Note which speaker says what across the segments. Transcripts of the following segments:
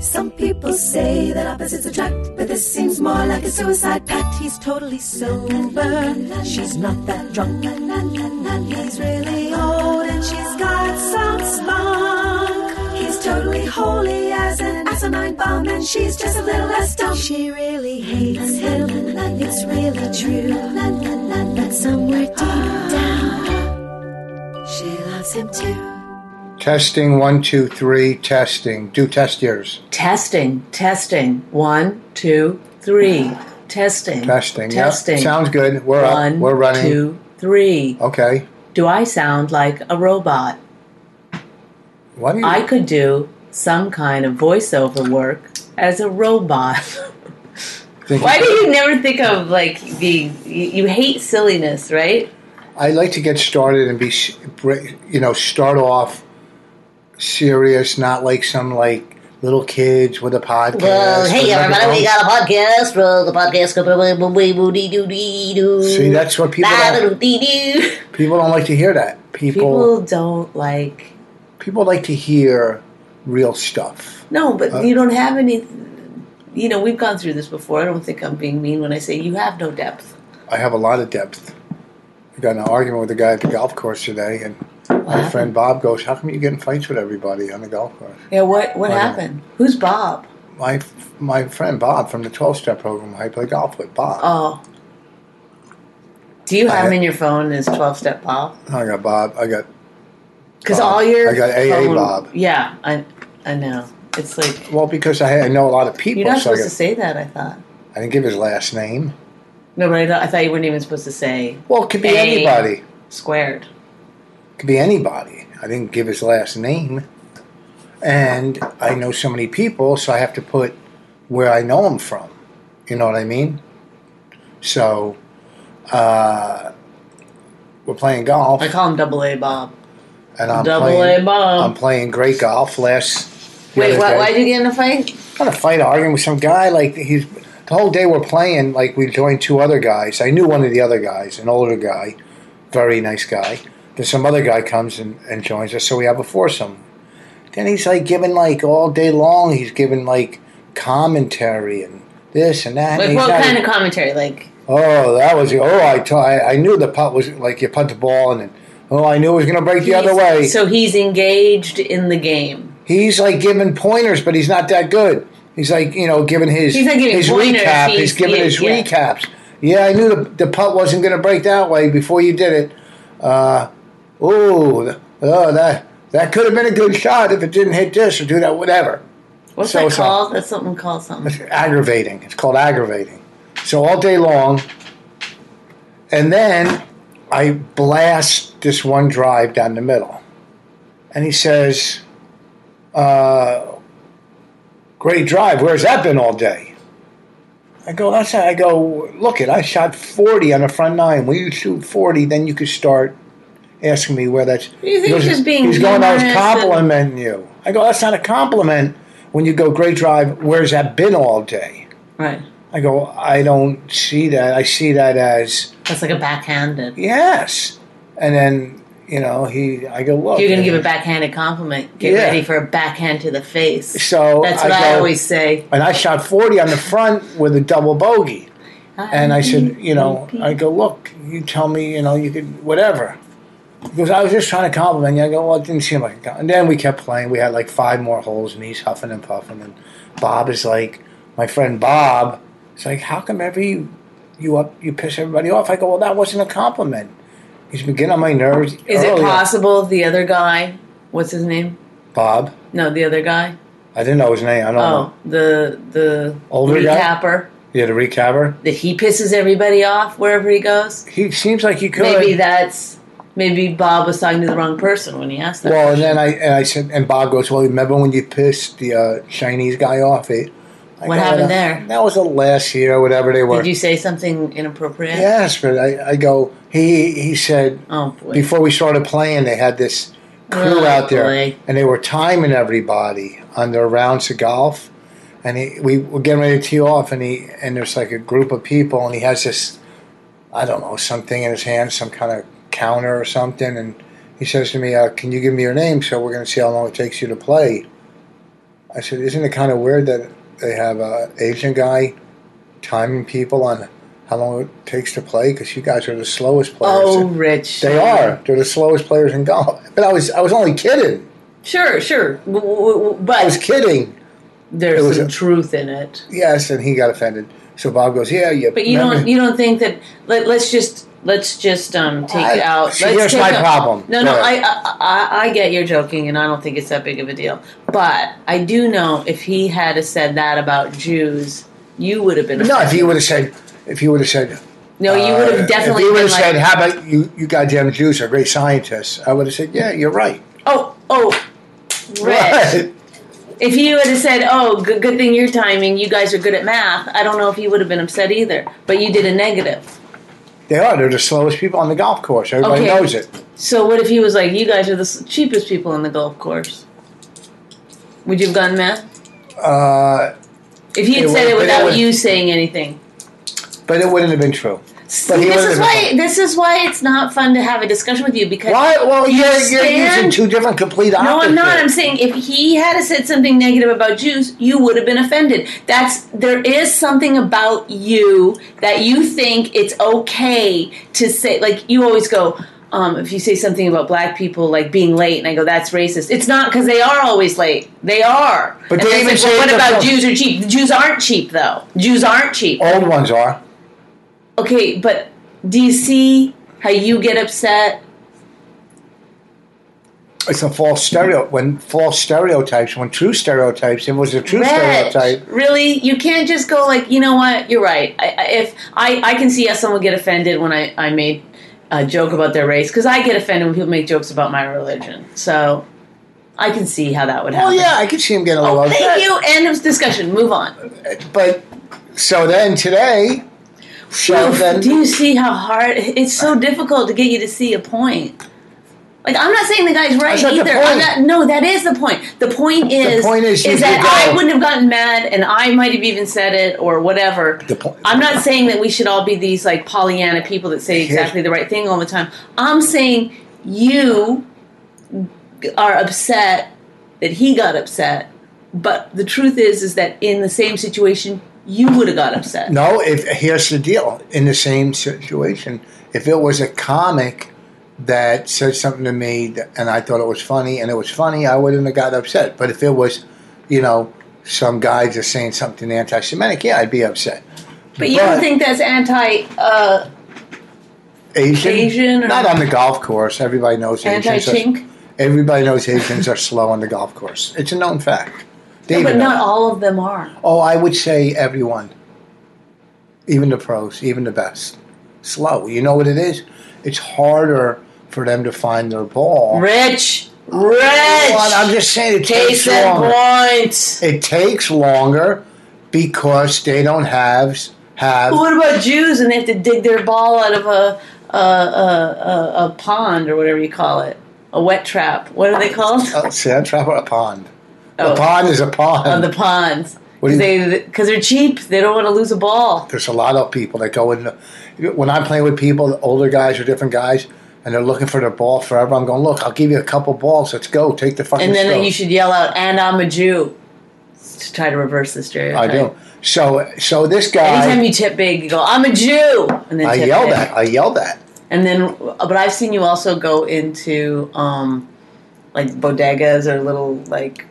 Speaker 1: Some people say that opposites attract, but this seems more like a suicide pact. He's totally sober, she's not that drunk. He's really old and she's got some spunk. He's totally holy as an asinine bomb, and she's just a little less dumb. She really hates him, it's really true. But somewhere deep down, she loves him too.
Speaker 2: Testing one, two, three, testing. Do test yours.
Speaker 3: Testing, testing. One, two, three. Testing.
Speaker 2: Testing. Yep.
Speaker 3: Testing.
Speaker 2: Sounds good. We're
Speaker 3: One,
Speaker 2: up. We're running.
Speaker 3: two, three.
Speaker 2: Okay.
Speaker 3: Do I sound like a robot?
Speaker 2: What do you
Speaker 3: I could do some kind of voiceover work as a robot.
Speaker 2: think?
Speaker 3: Why do you never think of like the you you hate silliness, right?
Speaker 2: I like to get started and be, s- br- you know, start off serious, not like some like little kids with a podcast.
Speaker 4: Well, hey
Speaker 2: with
Speaker 4: everybody, we
Speaker 2: microphones.
Speaker 4: got a podcast from the podcast company. Boo, boo, boo, dee, doo, dee, doo.
Speaker 2: See, that's what people
Speaker 4: Ba,
Speaker 2: don't,
Speaker 4: doo, dee, doo.
Speaker 2: people don't like to hear. That people
Speaker 3: People don't like
Speaker 2: people like to hear real stuff.
Speaker 3: No, but
Speaker 2: Uh,
Speaker 3: you don't have any. You know, we've gone through this before. I don't think I'm being mean when I say you have no depth.
Speaker 2: I have a lot of depth. I got in an argument with a guy at the golf course today, and my friend Bob goes, "How come you get in fights with everybody on the golf course?"
Speaker 3: Yeah, what what
Speaker 2: I don't-
Speaker 3: happened? Who's Bob?
Speaker 2: My my friend Bob from the twelve step program, I play golf with Bob.
Speaker 3: Oh, do you
Speaker 2: I
Speaker 3: have
Speaker 2: had-
Speaker 3: him in your phone as twelve step Bob?
Speaker 2: I got Bob. I got
Speaker 3: Because
Speaker 2: Bob.
Speaker 3: all your
Speaker 2: I got AA
Speaker 3: phone-
Speaker 2: Bob.
Speaker 3: Yeah, I I know. It's like
Speaker 2: well because I, I know a lot of people.
Speaker 3: you're not
Speaker 2: so I,
Speaker 3: supposed
Speaker 2: got,
Speaker 3: to say that. I thought.
Speaker 2: I didn't give his last name.
Speaker 3: No, but I, thought- I thought you weren't even supposed to say
Speaker 2: Well, it could be
Speaker 3: Hey.
Speaker 2: anybody.
Speaker 3: squared.
Speaker 2: It could be anybody. I didn't give his last name, and I know so many people, so I have to put where I know him from. You know what I mean? So, uh, we're playing golf,
Speaker 3: I call him Double A Bob.
Speaker 2: and I'm
Speaker 3: Double
Speaker 2: playing.
Speaker 3: A
Speaker 2: I'm
Speaker 3: Bob.
Speaker 2: played great golf last. the
Speaker 3: Wait,
Speaker 2: other
Speaker 3: what,
Speaker 2: day.
Speaker 3: why'd you get in a fight?
Speaker 2: Not a fight, arguing with some guy. Like he's the whole day we're playing. Like we joined two other guys. I knew one of the other guys, an older guy, very nice guy. Then some other guy comes and, and joins us, so we have a foursome. Then he's like giving like all day long. He's giving like commentary and this and that. and
Speaker 3: Like
Speaker 2: he's
Speaker 3: what
Speaker 2: not-
Speaker 3: kind of commentary? Like
Speaker 2: Oh, that was oh! I t- I I knew the putt was like you punt the ball and then oh I knew it was going to break the other
Speaker 3: He's-
Speaker 2: way.
Speaker 3: So he's engaged in the game.
Speaker 2: He's like giving pointers, but he's not that good. He's like you know giving his
Speaker 3: He's not giving
Speaker 2: his
Speaker 3: pointers,
Speaker 2: recap. He's,
Speaker 3: he's-
Speaker 2: giving
Speaker 3: yeah,
Speaker 2: his
Speaker 3: yeah.
Speaker 2: recaps. Yeah, I knew the, the putt wasn't going to break that way before you did it. Uh, oh, th- oh, that that could have been a good shot if it didn't hit this or do that. Whatever.
Speaker 3: What's
Speaker 2: So
Speaker 3: that
Speaker 2: it's a-
Speaker 3: called? That's something called something.
Speaker 2: Aggravating. It's called aggravating. So all day long, and then I blast this one drive down the middle, and he says, uh, "Great drive. Where's that been all day?" I go, "That's." I go, "Look it. I shot forty on the front nine. When you shoot forty, then you could start asking me where that's."
Speaker 3: You think
Speaker 2: He goes,
Speaker 3: he's just being
Speaker 2: He's going, "I was
Speaker 3: humorous and-
Speaker 2: complimenting you." I go, "That's not a compliment." When you go, "Great drive. Where's that been all day?"
Speaker 3: Right.
Speaker 2: I go, "I don't see that. I see that as."
Speaker 3: That's like a backhanded.
Speaker 2: yes. And then, you know, he, I go, look.
Speaker 3: If you're going to give a backhanded compliment, get
Speaker 2: Yeah.
Speaker 3: ready for a backhand to the face.
Speaker 2: So
Speaker 3: That's what
Speaker 2: I
Speaker 3: I,
Speaker 2: go-
Speaker 3: always say.
Speaker 2: And I shot 40 on the front with a double bogey. And I said, you know, I go, look, you tell me, you know, you could, whatever. He goes, I was just trying to compliment you. I go, well, it didn't seem like a compliment. And then we kept playing. We had like five more holes, and he's huffing and puffing. And Bob is like, my friend Bob, it's like, how come every, you up, you piss everybody off? I go, well, that wasn't a compliment. He's been getting on my nerves.
Speaker 3: Is it
Speaker 2: earlier.
Speaker 3: possible the other guy, what's his name?
Speaker 2: Bob.
Speaker 3: No, the other guy.
Speaker 2: I didn't know his name. I don't know.
Speaker 3: Oh, the the
Speaker 2: Uh-huh. Older guy?
Speaker 3: recapper.
Speaker 2: Yeah, the recapper.
Speaker 3: That he pisses everybody off wherever he goes.
Speaker 2: He seems like he could.
Speaker 3: Maybe that's maybe Bob was talking to the wrong person when he asked that.
Speaker 2: Well, and then I and I said, and Bob goes, well, remember when you pissed the uh, Chinese guy off? It, I
Speaker 3: What
Speaker 2: got
Speaker 3: happened
Speaker 2: a-
Speaker 3: there?
Speaker 2: That was the last year, whatever they were.
Speaker 3: Did you say something inappropriate?
Speaker 2: yes, but I, I go. He he said
Speaker 3: Oh boy.
Speaker 2: before we started playing, they had this crew
Speaker 3: Oh,
Speaker 2: out there,
Speaker 3: boy.
Speaker 2: and they were timing everybody on their rounds of golf. And he, we were getting ready to tee off, and he and there's like a group of people, and he has this, I don't know, something in his hand, some kind of counter or something, and he says to me, uh, "Can you give me your name? So we're going to see how long it takes you to play." I said, "Isn't it kind of weird that they have a Asian guy timing people on how long it takes to play? Because you guys are the slowest players."
Speaker 3: oh, Rich.
Speaker 2: They are. They're the slowest players in golf. But I was I was only kidding.
Speaker 3: Sure, sure. W- w- w-
Speaker 2: I was
Speaker 3: But
Speaker 2: kidding. it
Speaker 3: there's
Speaker 2: was
Speaker 3: some
Speaker 2: a-
Speaker 3: truth in it.
Speaker 2: Yes, and he got offended. So Bob goes, "Yeah, you."
Speaker 3: But you
Speaker 2: remember-
Speaker 3: don't you don't think that let, let's just let's just um take
Speaker 2: I-
Speaker 3: out
Speaker 2: see,
Speaker 3: let's
Speaker 2: here's
Speaker 3: take
Speaker 2: my
Speaker 3: out-
Speaker 2: problem.
Speaker 3: No, no,
Speaker 2: Go
Speaker 3: I,
Speaker 2: ahead.
Speaker 3: I I I get you're joking and I don't think it's that big of a deal. But I do know if he had have said that about Jews, you would have been
Speaker 2: No, if
Speaker 3: offended.
Speaker 2: you would have said, if you would have said,
Speaker 3: No, you would have definitely
Speaker 2: If you would
Speaker 3: been
Speaker 2: have
Speaker 3: like,
Speaker 2: said, "How about you? You goddamn Jews are great scientists." I would have said, "Yeah, you're right."
Speaker 3: "Oh, oh, Rich."
Speaker 2: Right.
Speaker 3: if you would have said, "Oh, good, good thing you're timing. You guys are good at math." I don't know if he would have been upset either. But you did a negative.
Speaker 2: They are. They're the slowest people on the golf course. Everybody
Speaker 3: Okay.
Speaker 2: knows it.
Speaker 3: So what if he was like, "You guys are the s- cheapest people on the golf course"? Would you have gotten mad
Speaker 2: Uh,
Speaker 3: if he had
Speaker 2: It
Speaker 3: said
Speaker 2: would-
Speaker 3: it
Speaker 2: but it
Speaker 3: without
Speaker 2: would-
Speaker 3: you saying anything?
Speaker 2: but it wouldn't have been true.
Speaker 3: See,
Speaker 2: But he
Speaker 3: this
Speaker 2: would've
Speaker 3: is
Speaker 2: been
Speaker 3: why
Speaker 2: fine.
Speaker 3: this is why it's not fun to have a discussion with you because
Speaker 2: Why? Well,
Speaker 3: You
Speaker 2: you're, you're using
Speaker 3: stand-
Speaker 2: two different complete
Speaker 3: No,
Speaker 2: opposites.
Speaker 3: I'm not. I'm saying if he had said something negative about Jews, you would have been offended. That's there is something about you that you think it's okay to say. Like you always go, um, if you say something about black people like being late, and I go, that's racist. It's not because they are always late. They are.
Speaker 2: But
Speaker 3: And
Speaker 2: they
Speaker 3: I
Speaker 2: even
Speaker 3: say, well,
Speaker 2: say
Speaker 3: what
Speaker 2: it
Speaker 3: about
Speaker 2: themselves.
Speaker 3: Jews are cheap? The Jews aren't cheap though. Jews aren't cheap.
Speaker 2: Old ones are. Oh.
Speaker 3: Okay, but do you see how you get upset?
Speaker 2: it's a false stereo when false stereotypes when true stereotypes it was a true
Speaker 3: Reg,
Speaker 2: stereotype
Speaker 3: really? You can't just go like, you know what? You're right. I, I- if I, I can see how someone get offended when I, I made a joke about their race because I get offended when people make jokes about my religion. So I can see how that would
Speaker 2: oh
Speaker 3: happen.
Speaker 2: yeah i could see him getting a little
Speaker 3: Oh,
Speaker 2: upset
Speaker 3: thank you. End of discussion. Move on.
Speaker 2: but so then today so
Speaker 3: Oof,
Speaker 2: then
Speaker 3: do you see how hard it's so difficult to get you to see a point? Like I'm not saying the guy's right
Speaker 2: That's not the
Speaker 3: either. I'm
Speaker 2: point.
Speaker 3: not, no, that is the point. The point is
Speaker 2: point is you-
Speaker 3: that
Speaker 2: you go-
Speaker 3: I wouldn't have gotten mad, and I might have even said it or whatever.
Speaker 2: The point-
Speaker 3: I'm not saying that we should all be these like Pollyanna people that say exactly the right thing all the time. I'm saying you are upset that he got upset, but the truth is is that in the same situation you would have got upset.
Speaker 2: no if here's the deal in the same situation if it was a comic that said something to me that, and i thought it was funny and it was funny i wouldn't have got upset but if it was you know some guy just saying something anti-semitic yeah i'd be upset
Speaker 3: But you don't
Speaker 2: But-
Speaker 3: think that's anti uh,
Speaker 2: asian,
Speaker 3: Asian or-
Speaker 2: not on the golf course everybody knows
Speaker 3: anti
Speaker 2: Asians are-
Speaker 3: chink?
Speaker 2: Everybody knows Asians are slow on the golf course. It's a known fact. They
Speaker 3: But
Speaker 2: even know.
Speaker 3: not all of them are.
Speaker 2: Oh, I would say everyone, even the pros, even the best, slow. You know what it is? It's harder for them to find their ball.
Speaker 3: Rich, rich.
Speaker 2: Well, I'm just saying it
Speaker 3: Case
Speaker 2: takes
Speaker 3: in
Speaker 2: longer.
Speaker 3: point.
Speaker 2: It takes longer because they don't have have.
Speaker 3: But what about Jews and they have to dig their ball out of a a, a, a, a pond or whatever you call it, a wet trap? What are they called?
Speaker 2: Oh, see, I travel a pond.
Speaker 3: Oh.
Speaker 2: A pond is a pond.
Speaker 3: Of the ponds.
Speaker 2: What do
Speaker 3: Because
Speaker 2: you-
Speaker 3: they, cause they're cheap. They don't want to lose a ball.
Speaker 2: there's a lot of people that go in. When I'm playing with people, older guys or different guys, and they're looking for their ball forever, I'm going, look, I'll give you a couple balls. Let's go. Take the fucking
Speaker 3: And then
Speaker 2: stone."
Speaker 3: you should yell out, and I'm a Jew. To try to reverse the
Speaker 2: I
Speaker 3: stereotype.
Speaker 2: do. So, so this guy,
Speaker 3: Anytime you tip big, you go, I'm a Jew. And then
Speaker 2: I
Speaker 3: tip
Speaker 2: yelled
Speaker 3: big.
Speaker 2: at. I yelled at.
Speaker 3: And then, but I've seen you also go into um, like bodegas or little like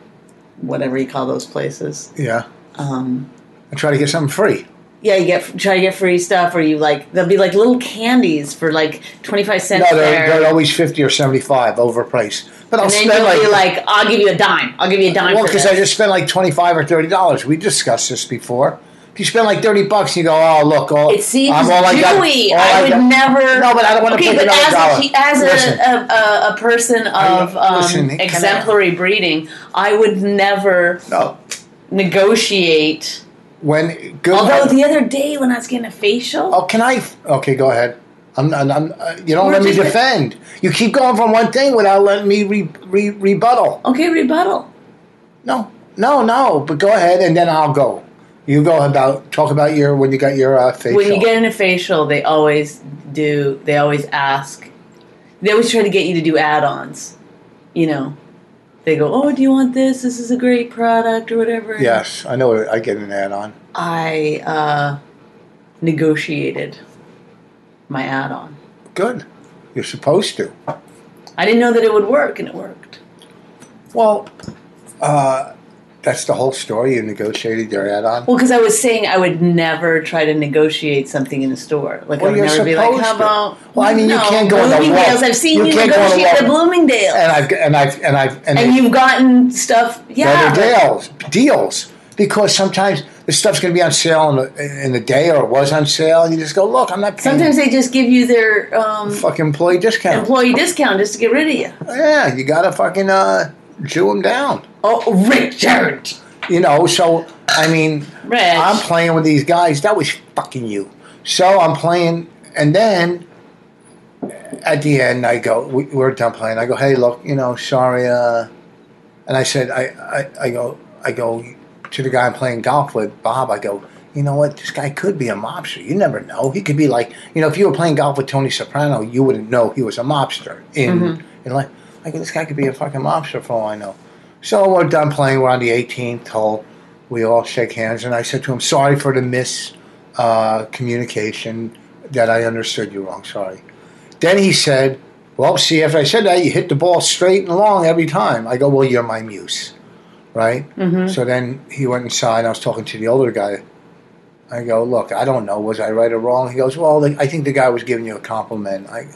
Speaker 3: whatever you call those places.
Speaker 2: Yeah,
Speaker 3: Um,
Speaker 2: I try to get something free.
Speaker 3: yeah, you get try to get free stuff, or you like there'll be like little candies for like twenty five cents
Speaker 2: No,
Speaker 3: there.
Speaker 2: they're, they're always fifty or seventy-five overpriced. But I'll
Speaker 3: and then
Speaker 2: spend
Speaker 3: you'll
Speaker 2: like,
Speaker 3: be like, "I'll give you a dime. I'll give you a dime."
Speaker 2: well,
Speaker 3: for
Speaker 2: because
Speaker 3: this."
Speaker 2: I just spent like twenty-five or thirty dollars. We discussed this before. If you spend like thirty bucks, you go, oh look, all,
Speaker 3: It seems
Speaker 2: I'm all I got-
Speaker 3: dewy.
Speaker 2: all
Speaker 3: I,
Speaker 2: I
Speaker 3: would
Speaker 2: got-
Speaker 3: never.
Speaker 2: No, but I don't want to
Speaker 3: okay,
Speaker 2: pay
Speaker 3: but
Speaker 2: another
Speaker 3: as
Speaker 2: dollar.
Speaker 3: a, uh, as
Speaker 2: Listen.
Speaker 3: a, a, a, a person of um,
Speaker 2: listen, can I-
Speaker 3: exemplary breeding, I would never
Speaker 2: no.
Speaker 3: negotiate
Speaker 2: when good.
Speaker 3: Although the other day when I was getting a facial,
Speaker 2: oh, can I? Okay, go ahead. I'm, I'm, I'm, uh, you don't
Speaker 3: We're
Speaker 2: let me
Speaker 3: just-
Speaker 2: defend. You keep going from one thing without letting me re, re, rebuttal.
Speaker 3: okay, rebuttal.
Speaker 2: No, no, no. But go ahead, and then I'll go. You go about talk about your when you got your uh, facial.
Speaker 3: When you get in a facial, they always do. They always ask. They always try to get you to do add-ons. You know, they go, "Oh, do you want this? This is a great product, or whatever."
Speaker 2: yes, I know. I get an add-on.
Speaker 3: I uh, negotiated my add-on.
Speaker 2: Good. You're supposed to.
Speaker 3: I didn't know that it would work, and it worked.
Speaker 2: Well, uh, that's the whole story. You negotiated your add-on.
Speaker 3: Well, because I was saying I would never try to negotiate something in a store. Like
Speaker 2: Well,
Speaker 3: I would
Speaker 2: you're
Speaker 3: never be like,
Speaker 2: supposed
Speaker 3: "How
Speaker 2: to."
Speaker 3: about?"
Speaker 2: Well, I mean, you
Speaker 3: No,
Speaker 2: can't go on the wall.
Speaker 3: Bloomingdale's. I've seen
Speaker 2: You
Speaker 3: you,
Speaker 2: can't go on the
Speaker 3: negotiate at
Speaker 2: wall.
Speaker 3: Bloomingdale's.
Speaker 2: And I've and I've and I've and,
Speaker 3: and you've gotten stuff. Yeah,
Speaker 2: better deals deals because sometimes the stuff's going to be on sale in the, in the day or it was on sale, and you just go, look, I'm not paying.
Speaker 3: sometimes they just give you their um,
Speaker 2: fucking employee discount.
Speaker 3: employee discount just to get rid of you.
Speaker 2: Yeah, you gotta fucking uh, chew them down.
Speaker 3: Oh, Richard,
Speaker 2: You know, so I mean,
Speaker 3: Rich.
Speaker 2: I'm playing with these guys. That was fucking you. So I'm playing, and then at the end, I go, we, we're done playing. I go, hey, look, you know, sorry. Uh, and I said, I, I, I go, I go to the guy I'm playing golf with, Bob. I go, you know what? This guy could be a mobster. You never know. He could be like, you know, if you were playing golf with Tony Soprano, you wouldn't know he was a mobster. In, in life, I go, this guy could be a fucking mobster for all I know. So we're done playing. We're on the 18th hole. We all shake hands, and I said to him, "Sorry for the miss uh, communication. That I understood you wrong. Sorry." Then he said, Well, see, if I said that, you hit the ball straight and long every time. I go, Well, you're my muse, right? So then he went inside. I was talking to the older guy. I go, Look, I don't know. Was I right or wrong? He goes, Well, the, I think the guy was giving you a compliment. I,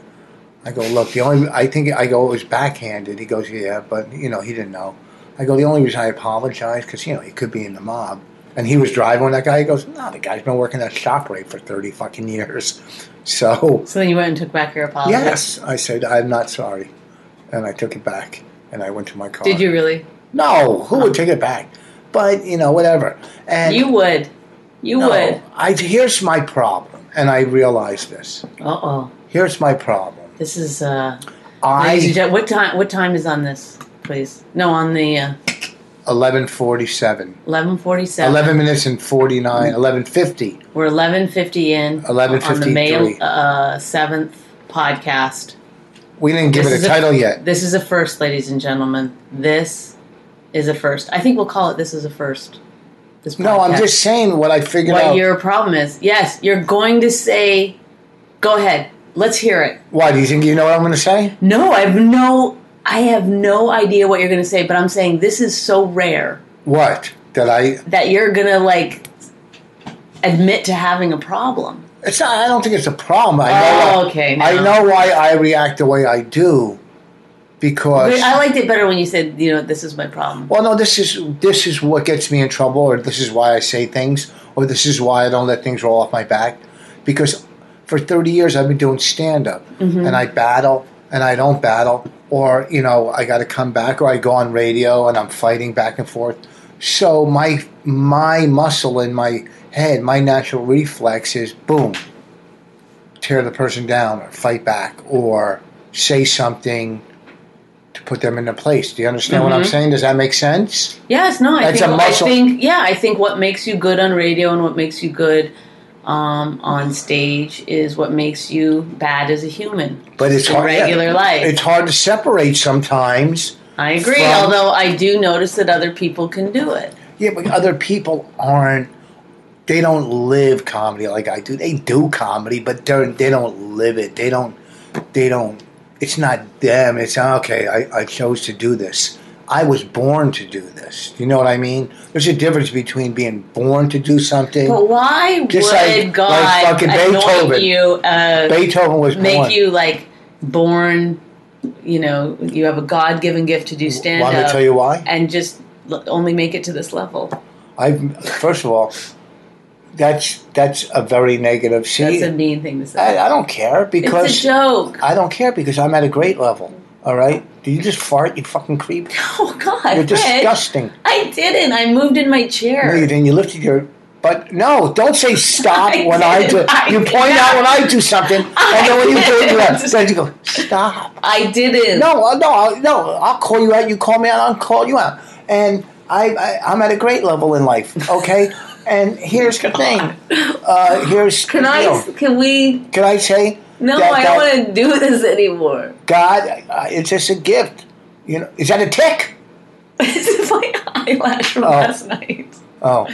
Speaker 2: I go, Look, the only, I think, I go, It was backhanded. He goes, Yeah, but, you know, he didn't know. I go, The only reason I apologize, because, you know, he could be in the mob. And he was driving when that guy. He goes, No, the guy's been working at ShopRite for 30 fucking years. So.
Speaker 3: So then you went and took back your apology.
Speaker 2: Yes, I said I'm not sorry, and I took it back, and I went to my car.
Speaker 3: Did you really?
Speaker 2: No, who would take it back? But you know, whatever. And
Speaker 3: You would. You
Speaker 2: no,
Speaker 3: would.
Speaker 2: I here's my problem, and I realize this.
Speaker 3: Uh oh.
Speaker 2: Here's my problem.
Speaker 3: This is. uh ladies and
Speaker 2: I
Speaker 3: gen- What time? What time is on this? Please. No, on the uh,
Speaker 2: eleven forty seven.
Speaker 3: eleven forty-seven.
Speaker 2: Eleven minutes and forty nine. Eleven fifty.
Speaker 3: We're eleven fifty in. on the
Speaker 2: 11:53.
Speaker 3: May uh, seventh podcast.
Speaker 2: We didn't give
Speaker 3: This
Speaker 2: it
Speaker 3: is
Speaker 2: a
Speaker 3: a-
Speaker 2: title yet.
Speaker 3: This is a first, ladies and gentlemen. This is a first. I think we'll call it. This is a first. This
Speaker 2: No, I'm
Speaker 3: podcast.
Speaker 2: just saying what I figured
Speaker 3: what
Speaker 2: out.
Speaker 3: your problem is. Yes, you're going to say. Go ahead. Let's hear it.
Speaker 2: Why do you think you know what I'm going to say?
Speaker 3: No, I have no. I have no idea what you're going to say, but I'm saying this is so rare
Speaker 2: What that I?
Speaker 3: that you're going to like admit to having a problem.
Speaker 2: It's not. I don't think it's a problem. I know.
Speaker 3: Oh,
Speaker 2: why-
Speaker 3: okay,
Speaker 2: I
Speaker 3: now.
Speaker 2: know why I react the way I do, because
Speaker 3: But I liked it better when you said, you know, this is my problem.
Speaker 2: well, no, this is this is what gets me in trouble, or this is why I say things, or this is why I don't let things roll off my back, because for thirty years I've been doing stand up, and I battle, and I don't battle, or you know I got to come back, or I go on radio and I'm fighting back and forth. So my my muscle in my head, my natural reflex is boom, tear the person down, or fight back, or say something. To put them into place. Do you understand what I'm saying? Does that make sense?
Speaker 3: Yes, no, I
Speaker 2: That's
Speaker 3: think,
Speaker 2: a
Speaker 3: I
Speaker 2: muscle.
Speaker 3: think, yeah, I think what makes you good on radio and what makes you good um, on stage is what makes you bad as a human.
Speaker 2: But it's
Speaker 3: in
Speaker 2: hard, yeah.
Speaker 3: regular life.
Speaker 2: It's hard to separate sometimes.
Speaker 3: I agree,
Speaker 2: From-
Speaker 3: although I do notice that other people can do it.
Speaker 2: Yeah, but other people aren't. They don't live comedy like I do. They do comedy, but they're they don't live it. They don't. They don't. It's not them. It's okay. I, I chose to do this. I was born to do this. You know what I mean? There's a difference between being born to do something.
Speaker 3: But why
Speaker 2: Just
Speaker 3: would
Speaker 2: like-
Speaker 3: God
Speaker 2: like fucking
Speaker 3: anoint
Speaker 2: Beethoven.
Speaker 3: you, uh,
Speaker 2: Beethoven was
Speaker 3: make
Speaker 2: born.
Speaker 3: you like born? You know, you have a God-given gift to do stand-up.
Speaker 2: Want me to tell you why?
Speaker 3: And just l- only make it to this level.
Speaker 2: I first of all, that's that's a very negative. See,
Speaker 3: That's a mean thing to say.
Speaker 2: I, I don't care because
Speaker 3: it's a joke.
Speaker 2: I don't care because I'm at a great level. All right? Do you just fart? You fucking creep.
Speaker 3: Oh God,
Speaker 2: You're
Speaker 3: Rich.
Speaker 2: disgusting.
Speaker 3: I didn't. I moved in my chair.
Speaker 2: No, you didn't. You lifted your But no, don't say stop
Speaker 3: I
Speaker 2: when I
Speaker 3: did,
Speaker 2: do.
Speaker 3: I
Speaker 2: you point
Speaker 3: did.
Speaker 2: out when I do something, and then when you do
Speaker 3: did.
Speaker 2: it, then you go stop.
Speaker 3: I didn't.
Speaker 2: No, uh, no, I'll- no. I'll call you out. You call me out. I'll call you out. And I, I I'm at a great level in life. Okay. And here's the thing. Uh, here's
Speaker 3: Can I?
Speaker 2: you know,
Speaker 3: Can we?
Speaker 2: can I say?
Speaker 3: No,
Speaker 2: that-
Speaker 3: I
Speaker 2: that
Speaker 3: don't want to do this anymore.
Speaker 2: God, uh, it's just a gift. You know, is that a tick?
Speaker 3: this is my eyelash from last night.
Speaker 2: Oh.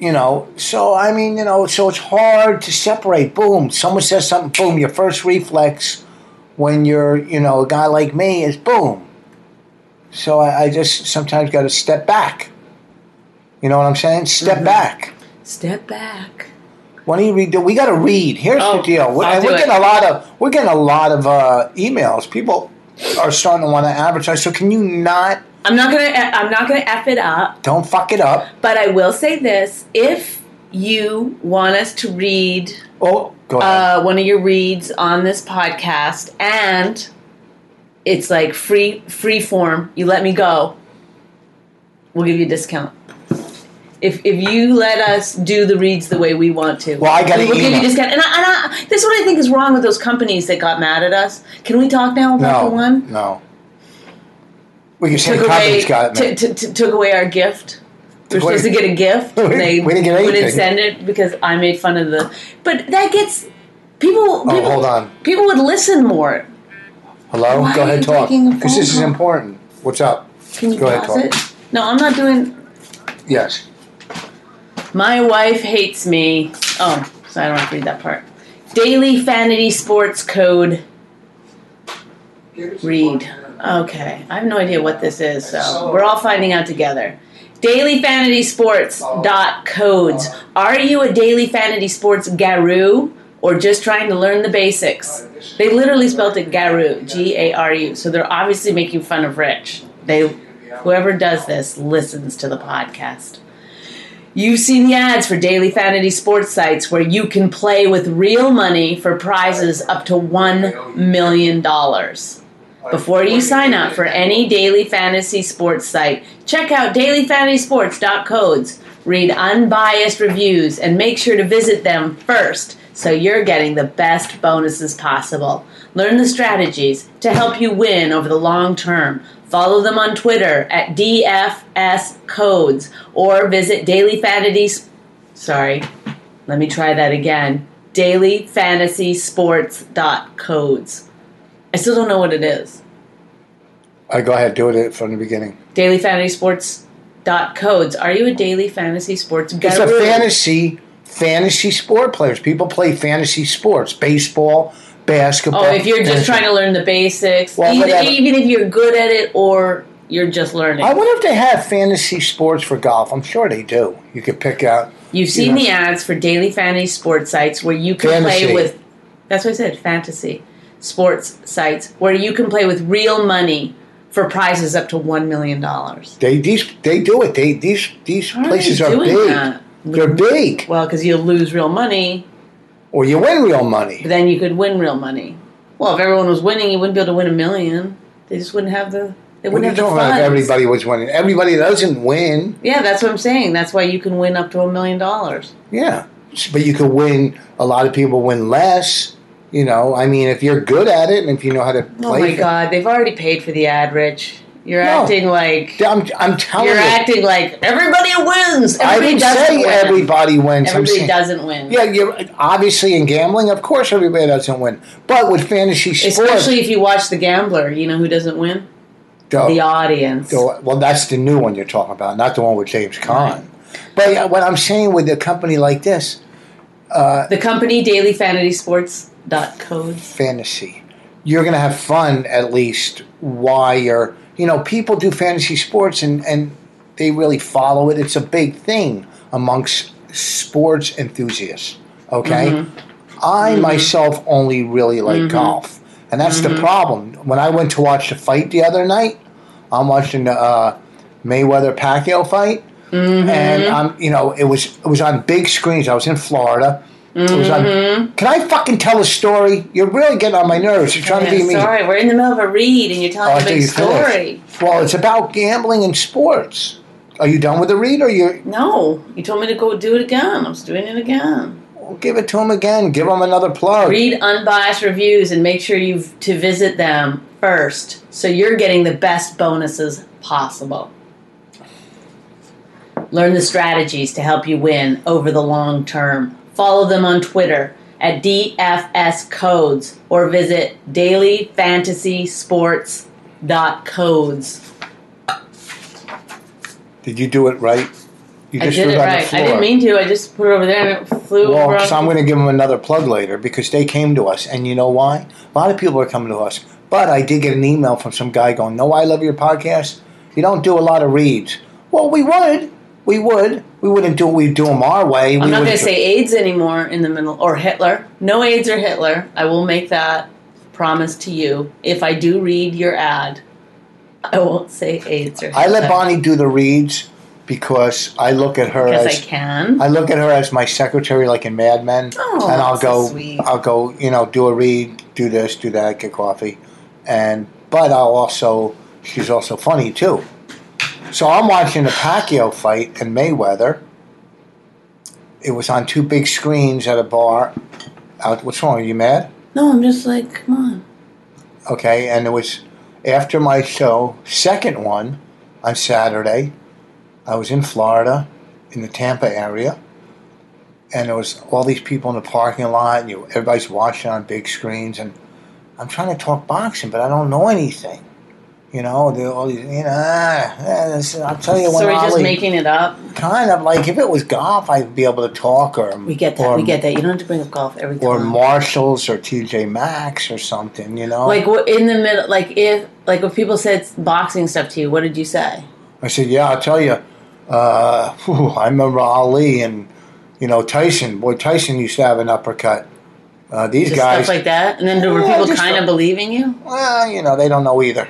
Speaker 2: You know, so I mean, you know, so it's hard to separate. Boom, someone says something, boom, your first reflex when you're, you know, a guy like me is boom. So I, I just sometimes got to step back. You know what I'm saying? Step
Speaker 3: Mm-hmm.
Speaker 2: back.
Speaker 3: Step back.
Speaker 2: When do you read? We got to read. Here's
Speaker 3: Oh,
Speaker 2: the deal. We're,
Speaker 3: I'll
Speaker 2: and
Speaker 3: do
Speaker 2: we're
Speaker 3: it.
Speaker 2: getting a lot of we're getting a lot of uh, emails. People are starting to want to advertise. So can you not?
Speaker 3: I'm not gonna. e, I'm not gonna f it up.
Speaker 2: Don't fuck it up.
Speaker 3: But I will say this: if you want us to read
Speaker 2: Oh, go ahead.
Speaker 3: uh, one of your reads on this podcast, and it's like free free form, you let me go, we'll give you a discount. If, if you let us do the reads the way we want to,
Speaker 2: Well, I got
Speaker 3: we
Speaker 2: an
Speaker 3: will give you
Speaker 2: email.
Speaker 3: a discount. And, I, and I, this is what I think is wrong with those companies that got mad at us. Can we talk now about
Speaker 2: no,
Speaker 3: the one?
Speaker 2: No. We can say the
Speaker 3: took away
Speaker 2: company's got
Speaker 3: t-
Speaker 2: it.
Speaker 3: t- t- took away our gift. We were
Speaker 2: Wait.
Speaker 3: supposed to get a gift. and they
Speaker 2: We didn't get anything.
Speaker 3: send it because I made fun of the. But that gets people. people
Speaker 2: Oh, hold on.
Speaker 3: People would listen more.
Speaker 2: Hello?
Speaker 3: Why
Speaker 2: go
Speaker 3: are
Speaker 2: ahead,
Speaker 3: you
Speaker 2: talk.
Speaker 3: taking a
Speaker 2: Because this is
Speaker 3: phone
Speaker 2: important. What's up?
Speaker 3: Can you
Speaker 2: go ahead,
Speaker 3: pause
Speaker 2: talk.
Speaker 3: it? No, I'm not doing.
Speaker 2: Yes.
Speaker 3: My wife hates me. Oh, so I don't have to read that part. Daily Fanity Sports Code. Read. Okay. I have no idea what this is, so we're all finding out together. Daily Fantasy Sports dot codes. Are you a Daily Fantasy Sports garoo or just trying to learn the basics? They literally spelled it garoo, G A R U. So they're obviously making fun of Rich. They, whoever does this, listens to the podcast. You've seen the ads for daily fantasy sports sites where you can play with real money for prizes up to $1 million. Before you sign up for any daily fantasy sports site, check out dailyfantasysports.codes, read unbiased reviews, and make sure to visit them first so you're getting the best bonuses possible. Learn the strategies to help you win over the long term. Follow them on Twitter at DFS Codes or visit Daily Fantasy. Sorry, let me try that again. DailyFantasySports.codes. I still don't know what it is.
Speaker 2: I Uh, go ahead, do it from the beginning.
Speaker 3: Daily Fantasy Sports dot codes. Are you a daily fantasy sports
Speaker 2: It's
Speaker 3: guru?
Speaker 2: a fantasy fantasy sport players. People play fantasy sports. Baseball, basketball.
Speaker 3: Oh, if you're just
Speaker 2: fantasy-
Speaker 3: trying to learn the basics,
Speaker 2: Well,
Speaker 3: even,
Speaker 2: whatever.
Speaker 3: even if you're good at it or you're just learning.
Speaker 2: I wonder if they have fantasy sports for golf. I'm sure they do. You could pick out
Speaker 3: You've seen
Speaker 2: know.
Speaker 3: the ads for daily fantasy sports sites where you can
Speaker 2: Fantasy.
Speaker 3: play with. That's what I said. Fantasy sports sites where you can play with real money for prizes up to one million dollars.
Speaker 2: they these they do it. They these these
Speaker 3: Why are
Speaker 2: places
Speaker 3: they
Speaker 2: are
Speaker 3: doing
Speaker 2: big.
Speaker 3: that?
Speaker 2: They're big.
Speaker 3: Well, because you'll lose real money,
Speaker 2: Or you win real money.
Speaker 3: but then you could win real money. Well, if everyone was winning, you wouldn't be able to win a million. They just wouldn't have the. They
Speaker 2: What
Speaker 3: wouldn't
Speaker 2: are you
Speaker 3: have the
Speaker 2: talking about
Speaker 3: funds.
Speaker 2: if everybody was winning? Everybody doesn't win.
Speaker 3: Yeah, that's what I'm saying. That's why you can win up to a million dollars.
Speaker 2: Yeah. But you could win, a lot of people win less. You know, I mean, if you're good at it and if you know how to play.
Speaker 3: Oh my
Speaker 2: it-
Speaker 3: God, they've already paid for the ad, Rich. You're
Speaker 2: No.
Speaker 3: acting like
Speaker 2: I'm, I'm telling
Speaker 3: you're
Speaker 2: you.
Speaker 3: acting like everybody wins.
Speaker 2: I
Speaker 3: Everybody
Speaker 2: didn't
Speaker 3: doesn't
Speaker 2: say
Speaker 3: win.
Speaker 2: everybody wins. I'm
Speaker 3: Everybody
Speaker 2: saying-
Speaker 3: doesn't win.
Speaker 2: Yeah, you're, obviously in gambling, of course everybody doesn't win. But with fantasy sports.
Speaker 3: Especially if you watch The Gambler, you know who doesn't win?
Speaker 2: the,
Speaker 3: The audience.
Speaker 2: the- well, that's the new one you're talking about, not the one with James Caan. But uh, what I'm saying with a company like this,
Speaker 3: The company Daily Fantasy Sports dot codes.
Speaker 2: fantasy. You're going to have fun at least while you're, you know, people do fantasy sports and, and they really follow it. It's a big thing amongst sports enthusiasts. Okay. I
Speaker 3: Mm-hmm.
Speaker 2: myself only really like golf. And that's the problem. When I went to watch the fight the other night, I'm watching the uh, Mayweather Pacquiao fight.
Speaker 3: Mm-hmm.
Speaker 2: And I'm, you know, it was it was on big screens. I was in Florida. It was
Speaker 3: Mm-hmm.
Speaker 2: on. Can I fucking tell a story? You're really getting on my nerves. You're trying to be
Speaker 3: Yeah,
Speaker 2: mean.
Speaker 3: sorry, we're in the middle of a read and you're telling
Speaker 2: Oh, I
Speaker 3: a
Speaker 2: thought
Speaker 3: big
Speaker 2: you
Speaker 3: story.
Speaker 2: finished. Well, it's about gambling and sports. Are you done with the read, or you
Speaker 3: No, you told me to go do it again. I was doing it again.
Speaker 2: well, give it to him again? Give him another plug.
Speaker 3: Read unbiased reviews and make sure you to visit them first, so you're getting the best bonuses possible. Learn the strategies to help you win over the long term. Follow them on Twitter at DFS Codes or visit dailyfantasysports.codes.
Speaker 2: Did you do it right? You
Speaker 3: I did
Speaker 2: threw
Speaker 3: it
Speaker 2: on the
Speaker 3: right. I
Speaker 2: floor.
Speaker 3: didn't mean to. I just put it over there and it flew
Speaker 2: Well,
Speaker 3: over.
Speaker 2: 'cause I'm going to give them another plug later because they came to us, and you know why? A lot of people are coming to us, but I did get an email from some guy going, "No, I love your podcast. You don't do a lot of reads." Well, we would, we would, we wouldn't do we do them our way.
Speaker 3: I'm
Speaker 2: we
Speaker 3: not going to
Speaker 2: wouldn't do-
Speaker 3: say AIDS anymore in the middle, or Hitler. No AIDS or Hitler. I will make that promise to you. If I do read your ad, I won't say AIDS or Hitler.
Speaker 2: I let Bonnie do the reads because I look at her
Speaker 3: Because
Speaker 2: as
Speaker 3: I can.
Speaker 2: I look at her as my secretary, like in Mad Men,
Speaker 3: Mm-hmm. Oh,
Speaker 2: and I'll
Speaker 3: that's
Speaker 2: go,
Speaker 3: so sweet.
Speaker 2: I'll go, you know, do a read, do this, do that, get coffee, and but I'll also, she's also funny too. So I'm watching the Pacquiao fight and Mayweather. It was on two big screens at a bar. Out, what's wrong? Are you mad?
Speaker 3: no, I'm just like, come on.
Speaker 2: okay, and it was after my show, second one on Saturday. I was in Florida, in the Tampa area, and there was all these people in the parking lot, and you, everybody's watching on big screens, and I'm trying to talk boxing, but I don't know anything. You know, they're all these, you know, ah, ah, this- I'll tell you when
Speaker 3: so we're just
Speaker 2: Ollie-
Speaker 3: making it up.
Speaker 2: kind of like if it was golf, I'd be able to talk or
Speaker 3: We get that.
Speaker 2: or,
Speaker 3: we get that. You don't have to bring up golf every time.
Speaker 2: or Marshalls or TJ Maxx or something, you know.
Speaker 3: like what- in the middle, like if like if people said boxing stuff to you, what did you say?
Speaker 2: I said, "Yeah, I'll tell you. Uh, whew, I remember Ali and you know Tyson. Boy, Tyson used to have an uppercut. Uh, these
Speaker 3: Just
Speaker 2: guys,
Speaker 3: stuff like that, and then were
Speaker 2: Yeah,
Speaker 3: people
Speaker 2: just
Speaker 3: kind
Speaker 2: a-
Speaker 3: of believing you?
Speaker 2: well, you know, they don't know either.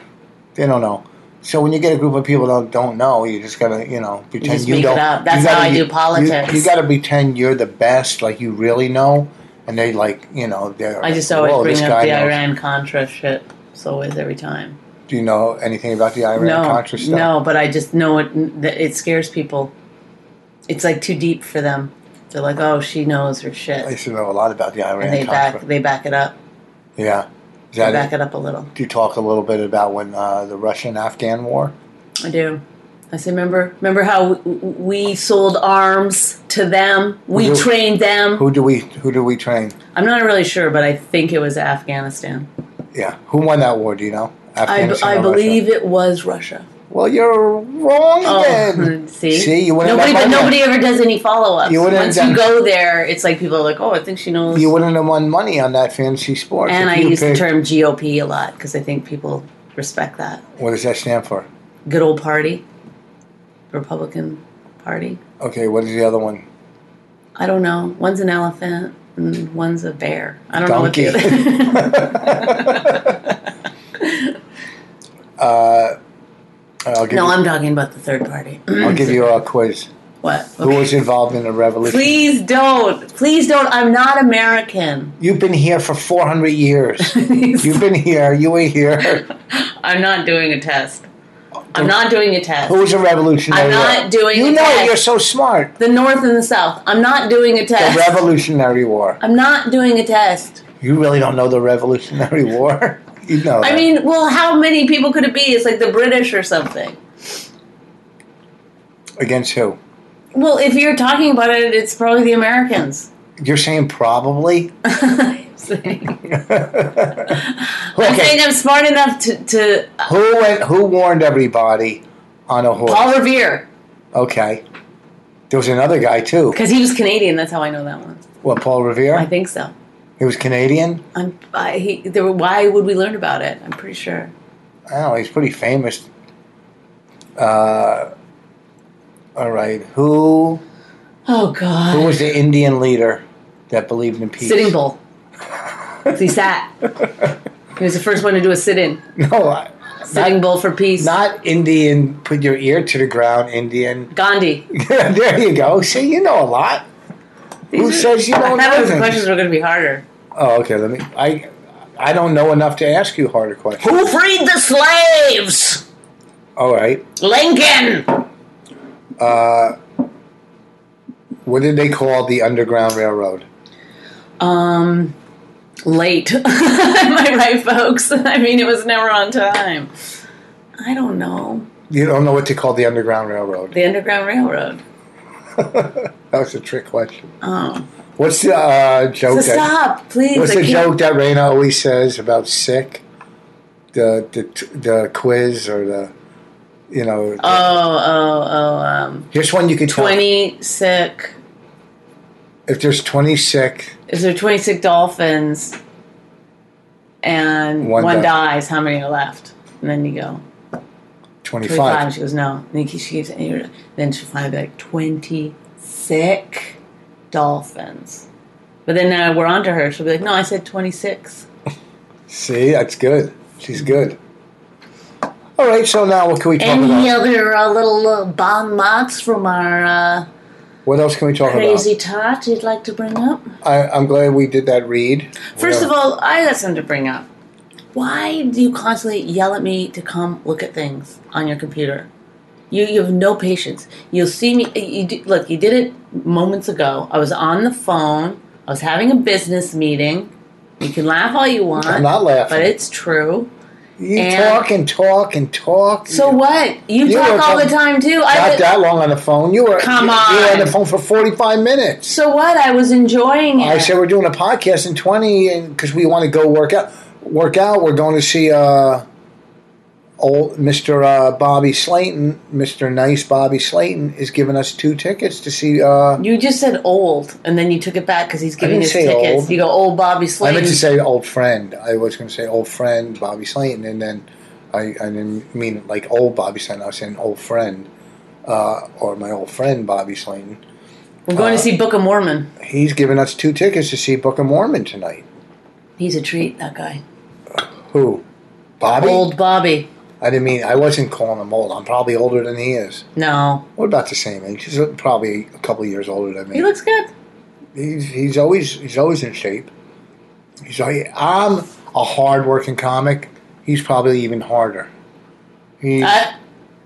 Speaker 2: They don't know. So when you get a group of people that don't know, you just gotta, you know, pretend
Speaker 3: just
Speaker 2: you
Speaker 3: make it
Speaker 2: don't.
Speaker 3: up.
Speaker 2: you
Speaker 3: That's how
Speaker 2: gotta-
Speaker 3: I do
Speaker 2: you-
Speaker 3: politics.
Speaker 2: You, you gotta pretend you're the best, like you really know, and they like, you know, they're.
Speaker 3: I just always
Speaker 2: "Whoa,
Speaker 3: bring
Speaker 2: this
Speaker 3: up
Speaker 2: guy
Speaker 3: the
Speaker 2: knows."
Speaker 3: Iran Contra shit. It's always every time.
Speaker 2: Do you know anything about the Iran
Speaker 3: no,
Speaker 2: Contra stuff?
Speaker 3: no, but I just know it. That it scares people. It's like too deep for them. They're like, oh, she knows her shit,
Speaker 2: I used to know a lot about the Iran
Speaker 3: and they
Speaker 2: Contra.
Speaker 3: back they back it up.
Speaker 2: yeah. Is
Speaker 3: They
Speaker 2: that it?
Speaker 3: back it up a little.
Speaker 2: Do you talk a little bit about when uh, the Russian-Afghan war?
Speaker 3: I do. I say, remember, remember how we, we sold arms to them? We
Speaker 2: Who do-
Speaker 3: trained them.
Speaker 2: Who do we who do we train?
Speaker 3: I'm not really sure, but I think it was Afghanistan.
Speaker 2: Yeah, who won that war? Do you know?
Speaker 3: I, b-
Speaker 2: Afghanistan
Speaker 3: I
Speaker 2: or Russia?
Speaker 3: believe Oh. it was Russia.
Speaker 2: Well, you're wrong again.
Speaker 3: see,
Speaker 2: see, you wouldn't.
Speaker 3: nobody,
Speaker 2: have
Speaker 3: but
Speaker 2: won
Speaker 3: nobody ever does any follow ups.
Speaker 2: You wouldn't
Speaker 3: Once
Speaker 2: have
Speaker 3: you
Speaker 2: done-
Speaker 3: go there, it's like people are like, "Oh, I think she knows."
Speaker 2: That. You wouldn't have won money on that fantasy sport.
Speaker 3: and
Speaker 2: if
Speaker 3: I
Speaker 2: you
Speaker 3: use the
Speaker 2: picked-
Speaker 3: term GOP a lot because I think people respect that.
Speaker 2: What does that stand for?
Speaker 3: Good old party, Republican Party.
Speaker 2: Okay, what is the other one?
Speaker 3: I don't know. One's an elephant and one's a bear. I don't
Speaker 2: Donkey.
Speaker 3: know what the other.
Speaker 2: Uh, I'll give
Speaker 3: no,
Speaker 2: you.
Speaker 3: I'm talking about the third party.
Speaker 2: I'll give you a quiz.
Speaker 3: what?
Speaker 2: Who was involved in the revolution?
Speaker 3: Please don't. Please don't. I'm not American.
Speaker 2: You've been here for 400 years. You've been here. You were here.
Speaker 3: I'm not doing a test. I'm not doing a test.
Speaker 2: Who was a revolutionary?
Speaker 3: I'm not
Speaker 2: war?
Speaker 3: doing
Speaker 2: You
Speaker 3: a
Speaker 2: know,
Speaker 3: test.
Speaker 2: you're so smart.
Speaker 3: the North and the South. I'm not doing a
Speaker 2: The
Speaker 3: test.
Speaker 2: Revolutionary War.
Speaker 3: I'm not doing a test.
Speaker 2: You really don't know the Revolutionary War? You know.
Speaker 3: I
Speaker 2: that.
Speaker 3: mean, well, how many people could it be? It's like the British or something.
Speaker 2: against who?
Speaker 3: Well, if you're talking about it, it's probably the Americans.
Speaker 2: You're saying probably?
Speaker 3: I'm saying I'm, saying
Speaker 2: Okay.
Speaker 3: I'm smart enough to, to
Speaker 2: Who went? Who warned everybody on a horse?
Speaker 3: Paul Revere
Speaker 2: Okay. There was another guy too.
Speaker 3: because he was Canadian. That's how I know that one.
Speaker 2: What? Paul Revere?
Speaker 3: I think so.
Speaker 2: he was Canadian.
Speaker 3: I'm. I, he, there were, why would we learn about it? I'm pretty sure.
Speaker 2: I don't know. Oh, He's pretty famous. Uh, all right. Who?
Speaker 3: Oh
Speaker 2: Who
Speaker 3: God.
Speaker 2: was the Indian leader that believed in peace?
Speaker 3: Sitting bull. he sat. He was the first one to do a sit-in.
Speaker 2: No, I-
Speaker 3: Sitting bull for peace.
Speaker 2: not Indian. Put your ear to the ground, Indian.
Speaker 3: Gandhi.
Speaker 2: there you go. See, you know a lot. Who says you don't
Speaker 3: I
Speaker 2: know
Speaker 3: thought those
Speaker 2: things?
Speaker 3: questions were going to be harder.
Speaker 2: Oh, okay. Let me. I I don't know enough to ask you harder questions.
Speaker 3: Who freed the slaves?
Speaker 2: All right.
Speaker 3: Lincoln.
Speaker 2: What did they call the Underground Railroad?
Speaker 3: Um, late. Am I right, folks? I mean, it was never on time. I don't know.
Speaker 2: You don't know what they called the Underground Railroad.
Speaker 3: The Underground Railroad.
Speaker 2: That was a trick question.
Speaker 3: Oh.
Speaker 2: What's the uh, joke?
Speaker 3: So
Speaker 2: that-
Speaker 3: stop, please.
Speaker 2: What's
Speaker 3: I
Speaker 2: the
Speaker 3: can't-
Speaker 2: joke that Raina always says about sick? The the the quiz or the you know
Speaker 3: Oh, oh, oh, um,
Speaker 2: just one you could tell.
Speaker 3: 20 sick.
Speaker 2: If there's twenty sick,
Speaker 3: Is there 20 sick dolphins and
Speaker 2: One
Speaker 3: one,
Speaker 2: die.
Speaker 3: dies? How many are left? And then you go,
Speaker 2: twenty
Speaker 3: 25.
Speaker 2: five.
Speaker 3: She goes, no. And she keeps, and you're- then she'll finally be like, 20 sick dolphins. But then now we're onto her. She'll be like, no, I said 26.
Speaker 2: See, that's good. She's good. All right, so now what can we talk
Speaker 4: Any
Speaker 2: about?
Speaker 4: other uh, little uh, bon mots from our uh,
Speaker 2: What else can we talk
Speaker 3: Crazy tot you'd like to bring up?
Speaker 2: about? I, I'm glad we did that read.
Speaker 3: First of all, I got something to bring up. Why do you constantly yell at me to come look at things on your computer? You, you have no patience. You'll see me. You do, look, you did it moments ago. I was on the phone. I was having a business meeting. You can laugh all you want.
Speaker 2: I'm not laughing.
Speaker 3: But it's true.
Speaker 2: you
Speaker 3: and-
Speaker 2: talk and talk and talk.
Speaker 3: So what? You,
Speaker 2: You were
Speaker 3: talk all the
Speaker 2: talking-
Speaker 3: time too. I
Speaker 2: Not
Speaker 3: did-
Speaker 2: that long on the phone. You were
Speaker 3: Come
Speaker 2: you, you were on
Speaker 3: on.
Speaker 2: the phone for forty five minutes.
Speaker 3: so what? I was enjoying it.
Speaker 2: I said we're doing a podcast in twenty, and because we want to go work out, work out. We're going to see uh, old Mister uh, Bobby Slayton, Mister Nice Bobby Slayton, is giving us two tickets to see. Uh,
Speaker 3: you just said old, and then you took it back because he's giving
Speaker 2: didn't
Speaker 3: his
Speaker 2: say
Speaker 3: tickets.
Speaker 2: old.
Speaker 3: You go old Bobby
Speaker 2: I
Speaker 3: Slayton.
Speaker 2: meant to say old friend. I was going to say old friend Bobby Slayton, and then I, I didn't mean like old Bobby Slayton. I was saying old friend uh, or my old friend Bobby Slayton.
Speaker 3: We're going
Speaker 2: uh,
Speaker 3: to see Book of Mormon.
Speaker 2: He's giving us two tickets to see Book of Mormon tonight.
Speaker 3: He's a treat, that guy.
Speaker 2: Who? Bobby?
Speaker 3: Old Bobby.
Speaker 2: I didn't mean I wasn't calling him old. I'm probably older than he is.
Speaker 3: No.
Speaker 2: We're about the same age. He's probably a couple of years older than me.
Speaker 3: He looks good.
Speaker 2: he's he's always he's always in shape. He's always, I'm a hard working comic. He's probably even harder. He's
Speaker 3: I,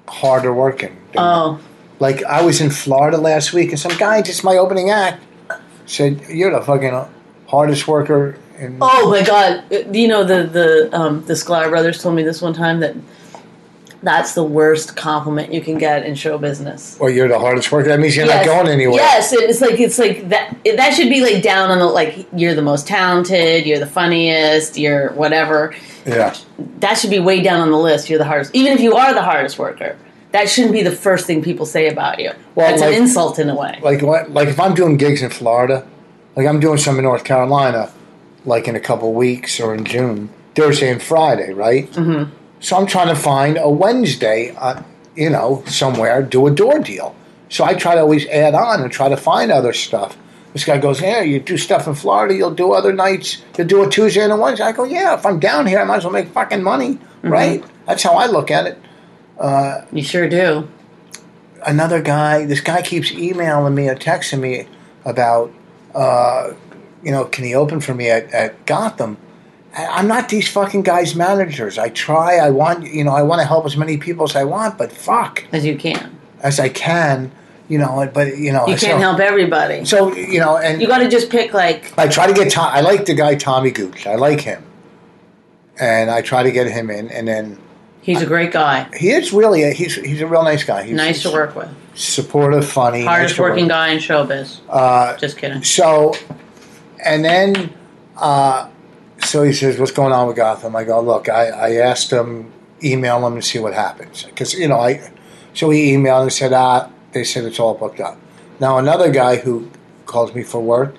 Speaker 2: harder working. than-
Speaker 3: Uh, oh.
Speaker 2: Like I was in Florida last week, and some guy just my opening act said, "You're the fucking hardest worker." In-
Speaker 3: Oh my god. Uh, You know the the um the Sklar brothers told me this one time that that's the worst compliment you can get in show business.
Speaker 2: Or you're the hardest worker. That means you're
Speaker 3: Yes.
Speaker 2: not going anywhere.
Speaker 3: Yes, and it's like it's like that that should be like down on the like you're the most talented, you're the funniest, you're whatever.
Speaker 2: Yeah.
Speaker 3: That should be way down on the list. You're the hardest. Even if you are the hardest worker, that shouldn't be the first thing people say about you.
Speaker 2: Well,
Speaker 3: that's
Speaker 2: like-
Speaker 3: an insult in a way.
Speaker 2: like what, like if I'm doing gigs in Florida, like I'm doing some in North Carolina, like in a couple weeks or in June, Thursday and Friday, right? Mm-hmm. So I'm trying to find a Wednesday, uh, you know, somewhere do a door deal. So I try to always add on and try to find other stuff. This guy goes, yeah, you do stuff in Florida, you'll do other nights, you'll do a Tuesday and a Wednesday. I go, yeah, if I'm down here, I might as well make fucking money, right? That's how I look at it.
Speaker 3: you sure do.
Speaker 2: another guy, this guy keeps emailing me or texting me about, uh, you know, can he open for me at, at Gotham? I- I'm not these fucking guys' managers. I try, I want, you know, I want to help as many people as I want, but fuck,
Speaker 3: As you can.
Speaker 2: as I can, you know, but, you know,
Speaker 3: You
Speaker 2: so,
Speaker 3: can't help everybody.
Speaker 2: So, you know, and
Speaker 3: You got to just pick like
Speaker 2: I try to get Tom. I like the guy Tommy Gooch. I like him. And I try to get him in, and then
Speaker 3: he's a great guy,
Speaker 2: he is really a, he's he's a real nice guy. He's
Speaker 3: nice to work with,
Speaker 2: supportive, funny, nice
Speaker 3: hardest
Speaker 2: to work Uh,
Speaker 3: working guy in showbiz. just kidding.
Speaker 2: So, and then, uh, so he says, "What's going on with Gotham?" I go, "Look, I, I asked him, email him, and see what happens." Because you know, I so he emailed and said, "Ah, they said it's all booked up." Now another guy who calls me for work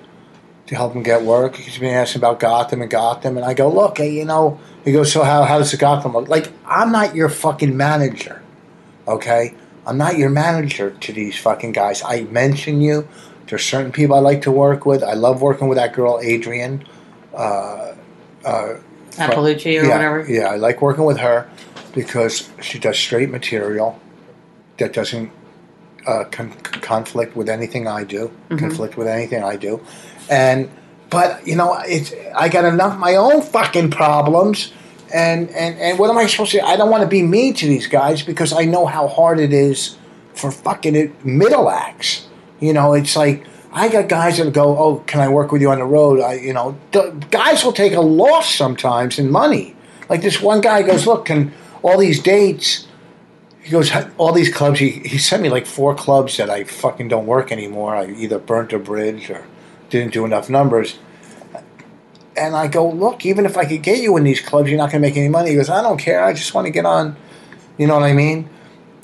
Speaker 2: to help him get work, he's been asking about Gotham and Gotham, and I go, "Look, hey, you know," he goes, "So how how does the Gotham look?" Like I'm not your fucking manager okay? I'm not your manager to these fucking guys. I mention you. There's certain people I like to work with. I love working with that girl, Adrian.
Speaker 3: Appalucci or
Speaker 2: yeah,
Speaker 3: whatever.
Speaker 2: Yeah, I like working with her because she does straight material that doesn't uh, con- conflict with anything I do, conflict with anything I do, and but you know it's I got enough of my own fucking problems. And, and, and what am I supposed to? I don't want to be mean to these guys because I know how hard it is for fucking middle acts. You know, it's like I got guys that go, "Oh, can I work with you on the road?" I, you know, the guys will take a loss sometimes in money. Like this one guy goes, "Look, can all these dates?" He goes, "Huh, "All these clubs." He he sent me like four clubs that I fucking don't work anymore. I either burnt a bridge or didn't do enough numbers. And I go, "Look, even if I could get you in these clubs, you're not going to make any money." He goes, "I don't care. I just want to get on." You know what I mean?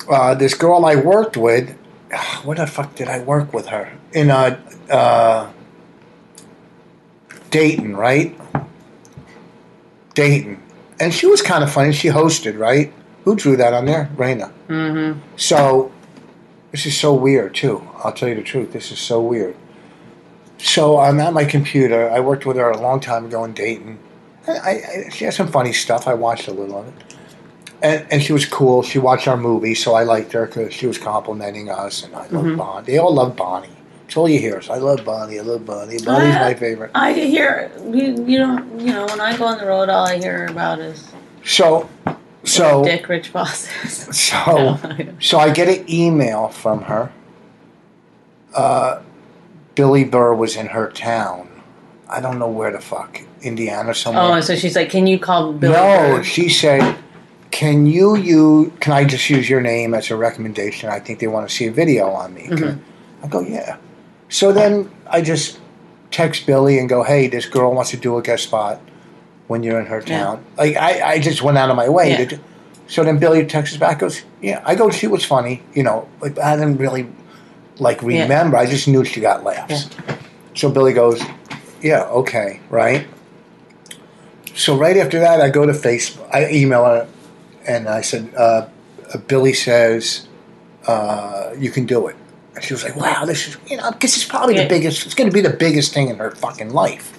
Speaker 2: Uh, this girl I worked with, where the fuck did I work with her? In uh, uh, Dayton, right? Dayton. And she was kind of funny. She hosted, right? Who drew that on there? Raina. Mm-hmm. So, this is so weird, too. I'll tell you the truth. This is so weird. So, I'm at my computer. I worked with her a long time ago in Dayton. And I, I, she has some funny stuff. I watched a little of it and, and she was cool. She watched our movie, so I liked her because she was complimenting us, and I love Bonnie. They all love Bonnie. It's all you hear is, I love Bonnie, I love Bonnie. Bonnie's my favorite.
Speaker 3: I hear you. You don't. You know, when I go on the road, all I hear about is
Speaker 2: So, so,
Speaker 3: Dick Rich bosses.
Speaker 2: so, so I get an email from her. Uh, Billy Burr was in her town. I don't know where the fuck, Indiana somewhere.
Speaker 3: oh, so she's like, "Can you call Billy?"
Speaker 2: No,
Speaker 3: Bird?"
Speaker 2: she said, "Can you you can I just use your name as a recommendation? I think they want to see a video on me." Can- I go, "Yeah." So then I just text Billy and go, "Hey, this girl wants to do a guest spot when you're in her town." Like I, I just went out of my way.
Speaker 3: Yeah.
Speaker 2: To do, so then Billy texts back, goes, "Yeah." I go, "She was funny," you know. Like I didn't really like remember. I just knew she got laughs. So Billy goes, "Yeah, okay, right." So right after that, I go to Facebook. I email her, and I said, uh, "Billy says uh, you can do it." And she was like, "Wow, this is you know, this is probably
Speaker 3: Yeah.
Speaker 2: the biggest. It's going to be the biggest thing in her fucking life."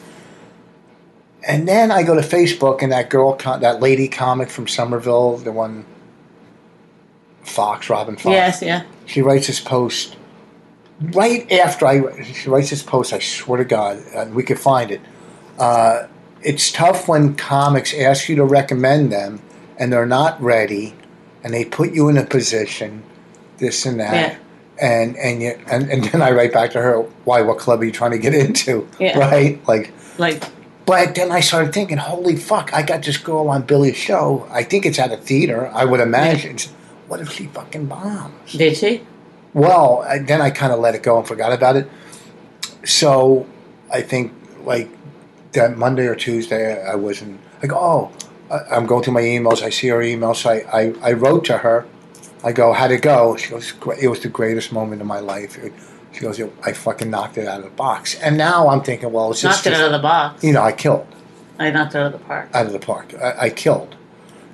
Speaker 2: And then I go to Facebook, and that girl, co- that lady comic from Somerville, the one Fox, Robin Fox.
Speaker 3: Yes. Yeah.
Speaker 2: She writes this post right after I. She writes this post. I swear to God, uh, we could find it. Uh, it's tough when comics ask you to recommend them and they're not ready, and they put you in a position, this and that,
Speaker 3: Yeah.
Speaker 2: and and you and, and then I write back to her, why? What club are you trying to get into?
Speaker 3: Yeah.
Speaker 2: Right? Like
Speaker 3: Like,
Speaker 2: but then I started thinking, holy fuck, I got this girl on Billy's show. I think it's at a theater, I would imagine. What if she fucking bombs?
Speaker 3: did she?
Speaker 2: Well, I, then I kind of let it go and forgot about it. So I think, like, that Monday or Tuesday, I was in, like, oh, I- I'm going through my emails. I see her emails. So I, I, I wrote to her. I go, how'd it go? She goes, "Gre- it was the greatest moment of my life. It- she goes, I fucking knocked it out of the box. And now I'm thinking, well, it's just,
Speaker 3: Knocked it out of the box.
Speaker 2: you know, I killed
Speaker 3: I knocked it out of the park.
Speaker 2: out of the park. I, I killed.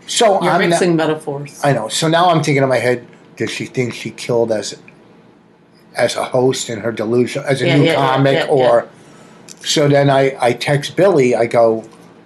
Speaker 2: So
Speaker 3: You're
Speaker 2: I'm not-
Speaker 3: mixing metaphors.
Speaker 2: I know. So now I'm thinking in my head, does she think she killed as as a host in her delusion as a
Speaker 3: Yeah,
Speaker 2: new
Speaker 3: yeah, yeah,
Speaker 2: comic
Speaker 3: yeah,
Speaker 2: or so then I, I text Billy, I go,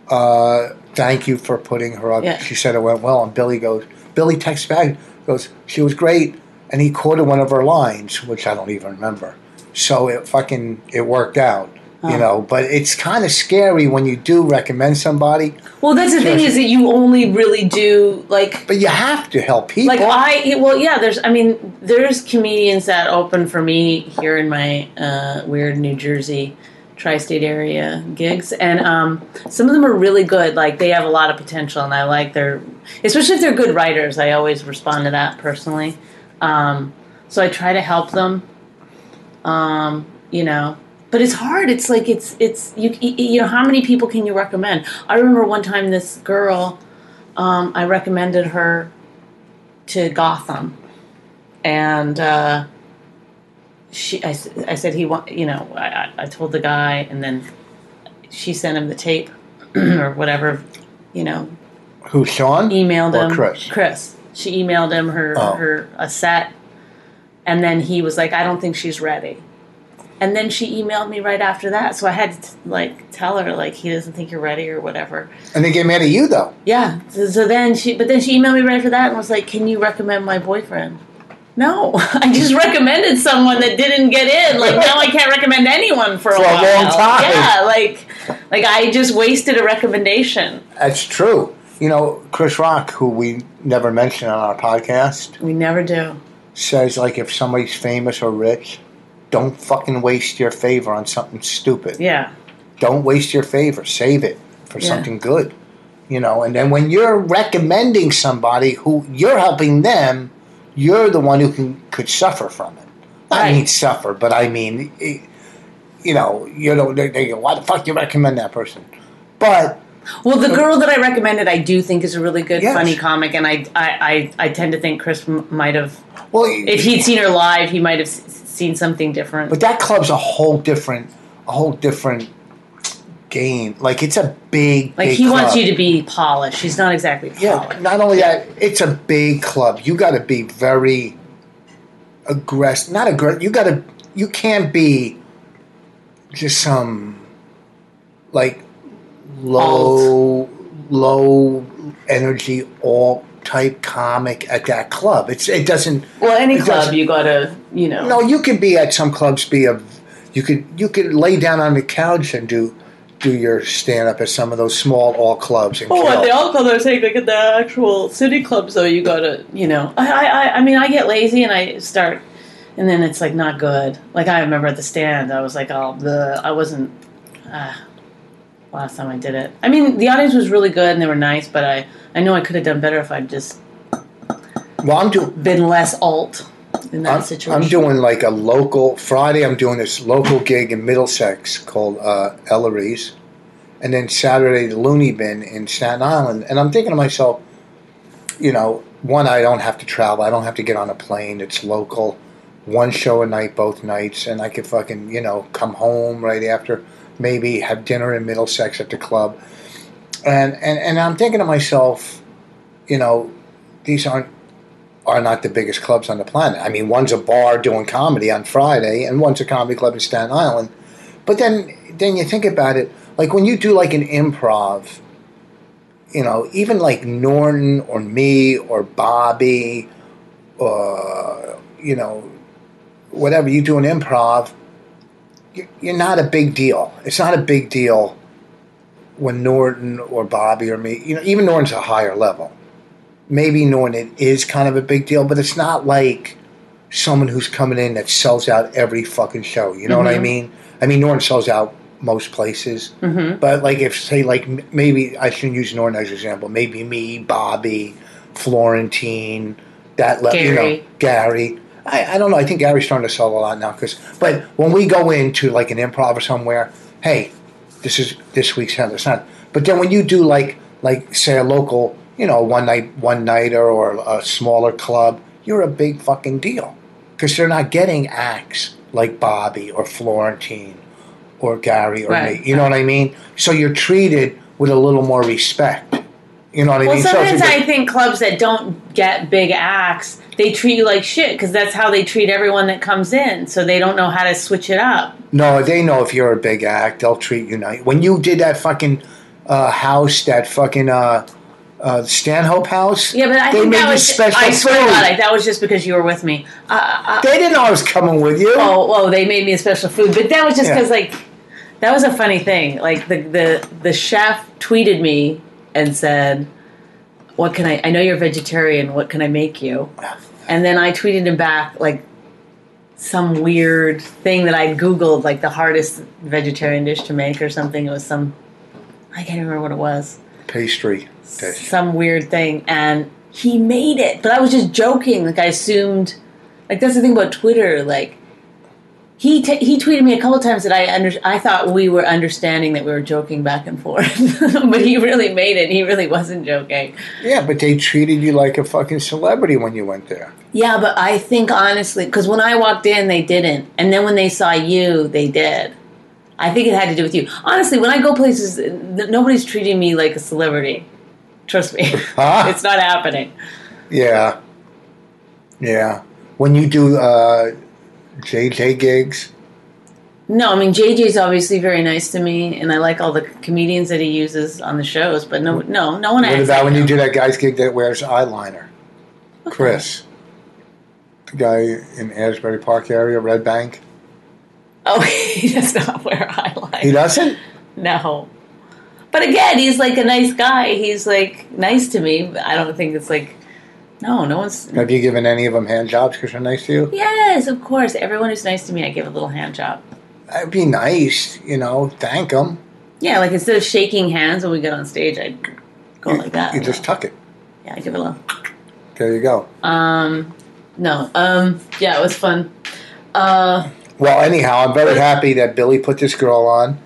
Speaker 2: uh, thank you for putting her up.
Speaker 3: Yeah.
Speaker 2: She said it went well and Billy goes Billy texts back, goes, She was great and he quoted one of her lines, which I don't even remember. So it fucking it worked out.
Speaker 3: Oh.
Speaker 2: You know, but it's kind of scary when you do recommend somebody,
Speaker 3: well, that's the thing is that you only really do like
Speaker 2: but you have to help people.
Speaker 3: like I well yeah. There's I mean there's comedians that open for me here in my uh, weird New Jersey tri-state area gigs and um, some of them are really good like they have a lot of potential and i like their especially if they're good writers i always respond to that personally um, so i try to help them um, you know but it's hard it's like it's it's you y- y- you know how many people can you recommend i remember one time this girl um, i recommended her to gotham and uh, she I, s- I said he want you know I, I- I told the guy and then she sent him the tape or whatever you know
Speaker 2: Who, Sean?
Speaker 3: emailed
Speaker 2: Or
Speaker 3: him
Speaker 2: Chris?
Speaker 3: She emailed him her
Speaker 2: Oh.
Speaker 3: her a set, and then he was like, "I don't think she's ready." And then she emailed me right after that, so I had to like tell her like he doesn't think you're ready or whatever.
Speaker 2: And they get mad at you though.
Speaker 3: Yeah. So, so then she, but then she emailed me right after that and was like, "Can you recommend my boyfriend?" No, I just recommended someone that didn't get in. Like now, I can't recommend anyone for a,
Speaker 2: For a
Speaker 3: while.
Speaker 2: long time.
Speaker 3: Yeah, like, like I just wasted a recommendation.
Speaker 2: That's true. You know, Chris Rock, who we never mentioned on our podcast,
Speaker 3: We never do.
Speaker 2: says like if somebody's famous or rich, don't fucking waste your favor on something stupid.
Speaker 3: Yeah.
Speaker 2: Don't waste your favor. Save it for
Speaker 3: Yeah.
Speaker 2: something good. You know, and then when you're recommending somebody who you're helping them, you're the one who can could suffer from it. I
Speaker 3: Right.
Speaker 2: mean suffer, but I mean, eh, you know, you know, they, they go, why the fuck you recommend that person? But
Speaker 3: Well, the girl that I recommended, I do think is a really good,
Speaker 2: Yes.
Speaker 3: funny comic, and I, I, I, I tend to think Chris m- might have,
Speaker 2: well,
Speaker 3: if he'd seen her live, he might have s- seen something different.
Speaker 2: But that club's a whole different, a whole different game. Like it's a big,
Speaker 3: like
Speaker 2: big
Speaker 3: he wants
Speaker 2: club.
Speaker 3: you to be polished. He's not exactly
Speaker 2: Yeah.
Speaker 3: polished.
Speaker 2: Not only that, it's a big club. You got to be very aggressive. Not aggressive. You got to. You can't be just some like low, low energy alt type comic at that club. It's it doesn't.
Speaker 3: Well, any
Speaker 2: It
Speaker 3: club,
Speaker 2: does-
Speaker 3: you gotta, you know.
Speaker 2: No, you could be at some clubs. Be a you could you could lay down on the couch and do do your stand up at some of those small all clubs. And
Speaker 3: Oh,
Speaker 2: kill.
Speaker 3: at the all clubs, I take like at the actual city clubs, though. You gotta, you know. I, I, I- I mean, I get lazy and I start, and then it's like not good. Like I remember at the stand, I was like, oh, the I wasn't. Uh, last time I did it, I mean, the audience was really good and they were nice, but I, I know I could have done better if I'd just
Speaker 2: well, I'm doing
Speaker 3: been less alt in that
Speaker 2: I'm,
Speaker 3: situation.
Speaker 2: I'm doing like a local Friday. I'm doing this local gig in Middlesex called uh, Ellery's, and then Saturday the Looney Bin in Staten Island. And I'm thinking to myself, you know, one I don't have to travel. I don't have to get on a plane. It's local. One show a night, both nights, and I could fucking you know come home right after, maybe have dinner in Middlesex at the club, and and and I'm thinking to myself, you know, these aren't are not the biggest clubs on the planet. I mean, one's a bar doing comedy on Friday, and one's a comedy club in Staten Island. But then, then you think about it, like when you do like an improv, you know, even like Norton or me or Bobby, uh, you know, whatever you do an improv, you- you're not a big deal. It's not a big deal when Norton or Bobby or me, you know, even Norton's a higher level maybe knowing it is kind of a big deal, but it's not like someone who's coming in that sells out every fucking show. You know what I mean? I mean, Norton sells out most places, mm-hmm. but like if say like m- maybe I shouldn't use Norton as an example. Maybe me, Bobby, Florentine, that level, you know,
Speaker 3: Gary.
Speaker 2: Gary. I, I don't know. I think Gary's starting to sell a lot now. Cause, but when we go into like an improv or somewhere, hey, this is this week's Heather Sun. But then when you do like like say a local, you know, one night one nighter or a smaller club, you're a big fucking deal because they're not getting acts like Bobby or Florentine or Gary or
Speaker 3: Right.
Speaker 2: me. You know what I mean? So you're treated with a little more respect. You know what I
Speaker 3: Well,
Speaker 2: mean? So it's a
Speaker 3: sometimes
Speaker 2: good-
Speaker 3: I think clubs that don't get big acts, they treat you like shit because that's how they treat everyone that comes in. So they don't know how to switch it up.
Speaker 2: No, they know if you're a big act, they'll treat you nice. When you did that fucking uh, house, that fucking uh, uh, Stanhope house,
Speaker 3: Yeah, but I
Speaker 2: they
Speaker 3: think
Speaker 2: made
Speaker 3: that
Speaker 2: you
Speaker 3: was.
Speaker 2: special
Speaker 3: I swear to
Speaker 2: food.
Speaker 3: God, like, that was just because you were with me. Uh, uh,
Speaker 2: they didn't know I was coming with you.
Speaker 3: oh, oh, they made me a special food, but that was just
Speaker 2: Yeah.
Speaker 3: because like that was a funny thing. Like the the the chef tweeted me and said, "What can I? I know you're vegetarian. What can I make you?" And then I tweeted him back like some weird thing that I googled, like the hardest vegetarian dish to make or something. It was some I can't remember what it was
Speaker 2: Pastry dish.
Speaker 3: some weird thing and he made it but i was just joking like i assumed like that's the thing about twitter like he t- he tweeted me a couple times that i under- i thought we were understanding that we were joking back and forth but he really made it and he really wasn't joking
Speaker 2: Yeah, but they treated you like a fucking celebrity when you went there.
Speaker 3: yeah but i think honestly because when i walked in they didn't and then when they saw you they did i think it had to do with you honestly when i go places n- nobody's treating me like a celebrity trust me
Speaker 2: Huh?
Speaker 3: it's not happening
Speaker 2: Yeah, yeah. When you do uh, JJ gigs,
Speaker 3: No, I mean JJ's obviously very nice to me, and I like all the comedians that he uses on the shows. But no, no, no one.
Speaker 2: what
Speaker 3: acts
Speaker 2: about
Speaker 3: like
Speaker 2: when you
Speaker 3: him.
Speaker 2: do that guy's gig that wears eyeliner? Chris, the guy in Asbury Park area, Red Bank.
Speaker 3: Oh, he does not wear
Speaker 2: He
Speaker 3: eyeliner.
Speaker 2: doesn't.
Speaker 3: No, but again, he's like a nice guy. He's like nice to me. But I don't think it's like. No, no one's.
Speaker 2: Have you given any of them hand jobs because they're nice to you?
Speaker 3: Yes, of course. Everyone who's nice to me, I give a little hand job.
Speaker 2: That'd be nice, you know. Thank them.
Speaker 3: Yeah, like instead of shaking hands when we get on stage, I go like that.
Speaker 2: You just tuck it.
Speaker 3: yeah, I give a little.
Speaker 2: There you go.
Speaker 3: Um, no. Um, yeah, it was fun. Uh,
Speaker 2: Well, anyhow, I'm very happy that Billy put this girl on,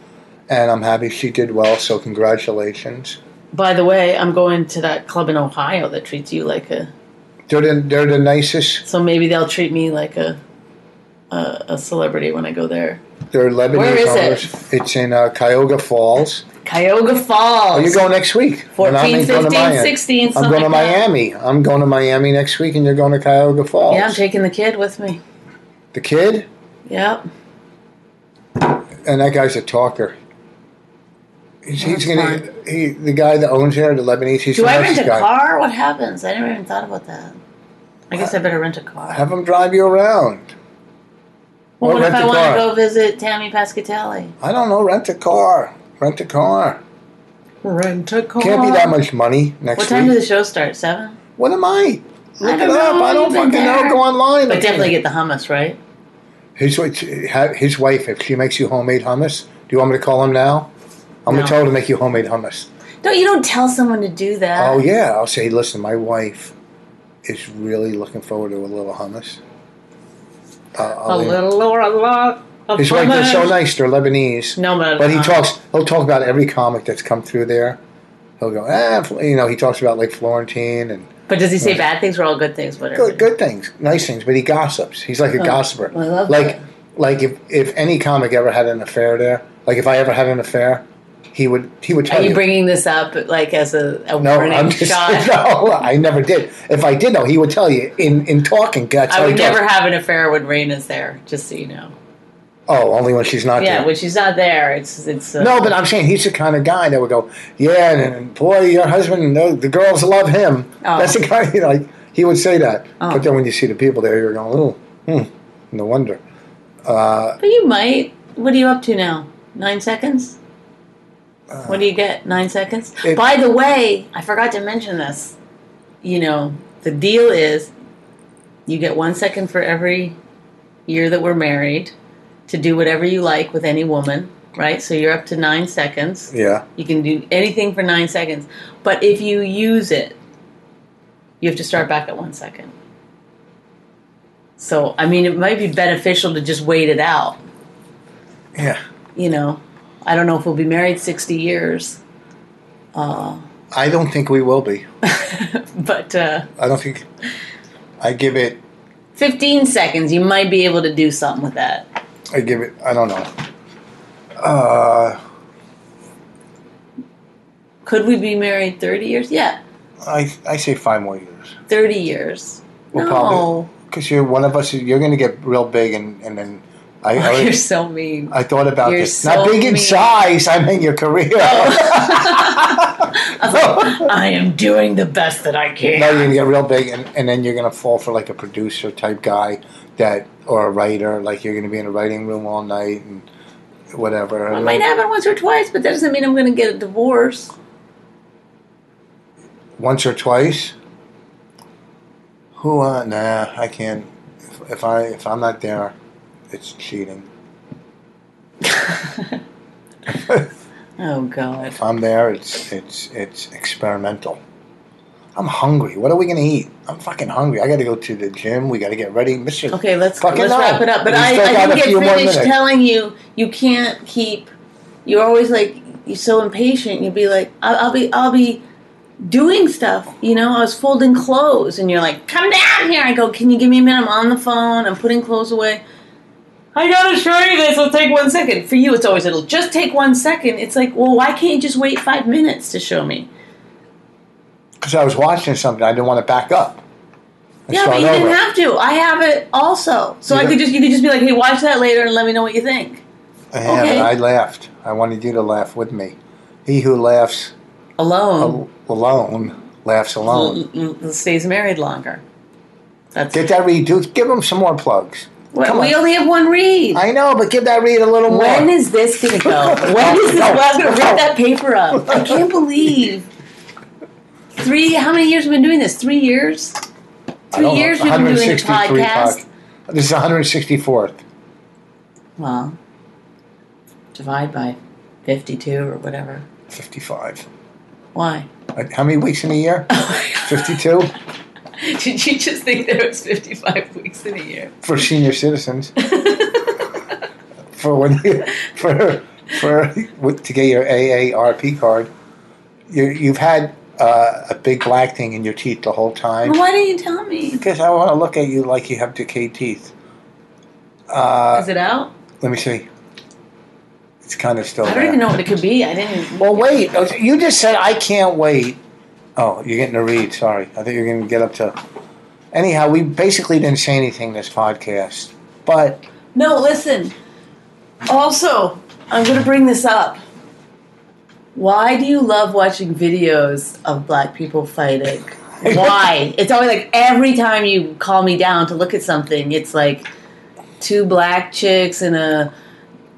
Speaker 2: and I'm happy she did well. So congratulations.
Speaker 3: by the way, I'm going to that club in Ohio that treats you like a.
Speaker 2: They're the, they're the nicest.
Speaker 3: So maybe they'll treat me like a a, a celebrity when I go there.
Speaker 2: They're Lebanese
Speaker 3: Where is it?
Speaker 2: owners. It's in uh, Cuyahoga Falls.
Speaker 3: Cuyahoga
Speaker 2: Oh,
Speaker 3: Falls.
Speaker 2: you go next week. When
Speaker 3: 14,
Speaker 2: I'm going to
Speaker 3: 15,
Speaker 2: Miami.
Speaker 3: 16,
Speaker 2: I'm
Speaker 3: something
Speaker 2: going to
Speaker 3: like that.
Speaker 2: Miami. I'm going to Miami next week, and you're going to Cuyahoga Falls.
Speaker 3: Yeah, I'm taking the kid with me.
Speaker 2: the kid
Speaker 3: Yep.
Speaker 2: and that guy's a talker. He's, he's gonna he the guy that owns there, the Lebanese. He's
Speaker 3: Do
Speaker 2: the
Speaker 3: I rent
Speaker 2: nicest
Speaker 3: a
Speaker 2: guy.
Speaker 3: car? What happens? I never even thought about that. I guess I better rent a car.
Speaker 2: Have him drive you around.
Speaker 3: Well,
Speaker 2: or
Speaker 3: what if
Speaker 2: rent
Speaker 3: I
Speaker 2: a
Speaker 3: want
Speaker 2: car.
Speaker 3: to go visit Tammy Pascatelli?
Speaker 2: I don't know. Rent a car. Rent a car.
Speaker 3: Rent a car.
Speaker 2: Can't be that much money next
Speaker 3: Uh-huh. What time
Speaker 2: week.
Speaker 3: does the show start? Seven.
Speaker 2: what am I? Look
Speaker 3: don't
Speaker 2: it up.
Speaker 3: know.
Speaker 2: I don't
Speaker 3: You've been
Speaker 2: fucking know.
Speaker 3: there.
Speaker 2: Go online.
Speaker 3: But definitely get the hummus, right?
Speaker 2: His, wi- ha- his wife, if she makes you homemade hummus, do you want me to call him now? I'm
Speaker 3: No.
Speaker 2: gonna
Speaker 3: Uh-huh.
Speaker 2: tell her to make you homemade hummus.
Speaker 3: No, you don't tell someone to do that.
Speaker 2: oh yeah, I'll say. Listen, my wife is really looking forward to a little hummus. Uh,
Speaker 3: A
Speaker 2: I'll-
Speaker 3: little or a lot of
Speaker 2: His wife, they're so
Speaker 3: hummus.
Speaker 2: nice. They're Lebanese.
Speaker 3: No, but,
Speaker 2: he
Speaker 3: uh,
Speaker 2: talks. He'll talk about every comic that's come through there. He'll go, ah, Fl-" you know. He talks about like Florentine and
Speaker 3: But does he say bad things or all good things? Whatever.
Speaker 2: good, good things, nice things. But he gossips. He's like a gossiper.
Speaker 3: Oh, I love
Speaker 2: like,
Speaker 3: that.
Speaker 2: like if if any comic ever had an affair there, like if I ever had an affair, he would he would tell
Speaker 3: Are you bringing this up like as a, a
Speaker 2: no,
Speaker 3: warning
Speaker 2: I'm just
Speaker 3: shot?
Speaker 2: no. I never did. If I did, though, he would tell you in in talking. That's
Speaker 3: I
Speaker 2: how he
Speaker 3: would
Speaker 2: talks.
Speaker 3: never have an affair when Rain is there. Just so you know.
Speaker 2: Oh, only when she's not
Speaker 3: Yeah,
Speaker 2: there.
Speaker 3: when she's not there, it's it's. Uh,
Speaker 2: No, but I'm saying he's the kind of guy that would go, yeah, and, and boy, your husband, no, the girls love him.
Speaker 3: Oh.
Speaker 2: That's the guy, you know, like, he would say that. But then when you see the people there, you're going, oh, hmm, no wonder.
Speaker 3: But you might. What are you up to now? Nine seconds? what do you get? Nine seconds?
Speaker 2: it-
Speaker 3: By the way, I forgot to mention this. You know, the deal is you get one second for every year that we're married to do whatever you like with any woman, right? So you're up to nine seconds.
Speaker 2: Yeah.
Speaker 3: You can do anything for nine seconds. But if you use it, you have to start back at one second. So, I mean, it might be beneficial to just wait it out
Speaker 2: Yeah.
Speaker 3: you know, I don't know if we'll be married 60 years,
Speaker 2: I don't think we will be.
Speaker 3: but uh,
Speaker 2: I don't think. I give it,
Speaker 3: 15 seconds, you might be able to do something with that.
Speaker 2: I give it, I don't know. Uh,
Speaker 3: Could we be married 30 years? Yeah,
Speaker 2: I, I say five more years.
Speaker 3: 30 years.
Speaker 2: We'll
Speaker 3: no.
Speaker 2: Because you're one of us, you're going to get real big and, and then. I, I already-
Speaker 3: You're so mean.
Speaker 2: I thought about
Speaker 3: You're
Speaker 2: this.
Speaker 3: so
Speaker 2: Not big in
Speaker 3: mean. Oh.
Speaker 2: size. I meant your career.
Speaker 3: I am doing the best that I can.
Speaker 2: Now you're gonna get real big, and, and then you're gonna fall for like a producer type guy that, or a writer. Like you're gonna be in a writing room all night and whatever.
Speaker 3: It
Speaker 2: And
Speaker 3: might
Speaker 2: like,
Speaker 3: happen once or twice, but that doesn't mean I'm going to get a divorce.
Speaker 2: once or twice. Who? Uh, nah, I can't. If, if I if I'm not there, it's cheating.
Speaker 3: Oh, God.
Speaker 2: If I'm there, it's it's it's experimental. I'm hungry. What are we gonna eat? I'm fucking hungry. I gotta go to the gym. We gotta get ready, Mister.
Speaker 3: Okay, let's
Speaker 2: Fucking
Speaker 3: let's
Speaker 2: no.
Speaker 3: wrap it up. But
Speaker 2: We
Speaker 3: I,
Speaker 2: still
Speaker 3: I
Speaker 2: got a
Speaker 3: didn't
Speaker 2: few more
Speaker 3: get finished
Speaker 2: minutes.
Speaker 3: telling you you can't keep. You're always like you're so impatient. You'd be like, I'll, I'll be I'll be doing stuff. You know, I was folding clothes, and you're like, come down here. I go, can you give me a minute? I'm on the phone. I'm putting clothes away. I gotta show you this. It'll take one second. For you, it's always it'll just take one second. It's like, well, why can't you just wait five minutes to show me?
Speaker 2: Because I was watching something. I didn't want to back up. and
Speaker 3: Yeah,
Speaker 2: start
Speaker 3: but you
Speaker 2: over.
Speaker 3: didn't have to. I have it also, so I
Speaker 2: Yeah.
Speaker 3: could just you could just be like, hey, watch that later and let me know what you think.
Speaker 2: I have,
Speaker 3: Okay.
Speaker 2: and I laughed. I wanted you to laugh with me. He who laughs
Speaker 3: Alone.
Speaker 2: al- alone laughs alone.
Speaker 3: l- l- stays married longer. That's
Speaker 2: Get that read, dude. Give him some more plugs.
Speaker 3: Wait,
Speaker 2: Come
Speaker 3: we
Speaker 2: on.
Speaker 3: only have one read.
Speaker 2: I know, but give that read a little
Speaker 3: when
Speaker 2: more.
Speaker 3: is this going to go? When is this?
Speaker 2: No,
Speaker 3: well, I was going to
Speaker 2: no.
Speaker 3: rip that paper up. I can't believe three. How many years have we been doing this? Three years.
Speaker 2: I don't
Speaker 5: years
Speaker 2: know,
Speaker 5: we've been doing the
Speaker 2: 163
Speaker 5: podcast.
Speaker 2: pod- This is 164th.
Speaker 3: Well, divide by 52 or whatever.
Speaker 2: 55.
Speaker 3: Why?
Speaker 2: Uh, How many weeks in a year?
Speaker 5: Oh
Speaker 2: 52
Speaker 3: Did you just think there was 55 weeks in a year?
Speaker 2: for senior citizens. for when you, for for with- to get your AARP card, you you've had uh, a big black thing in your teeth the whole time.
Speaker 3: Why didn't you tell me?
Speaker 2: Because I want to look at you like you have decayed teeth. Uh,
Speaker 5: Is it out?
Speaker 2: Let me see. It's kind of still.
Speaker 5: I don't
Speaker 2: there.
Speaker 5: even know what it could be. I didn't.
Speaker 2: Well, wait. You just said I can't wait. Oh, you're getting a read. Sorry, I think you're going to get up to. Anyhow, we basically didn't say anything this podcast, but
Speaker 5: No, listen. Also, I'm going to bring this up.
Speaker 3: Why do you love watching videos of black people fighting? Why? It's always like every time you call me down to look at something, it's like two black chicks in a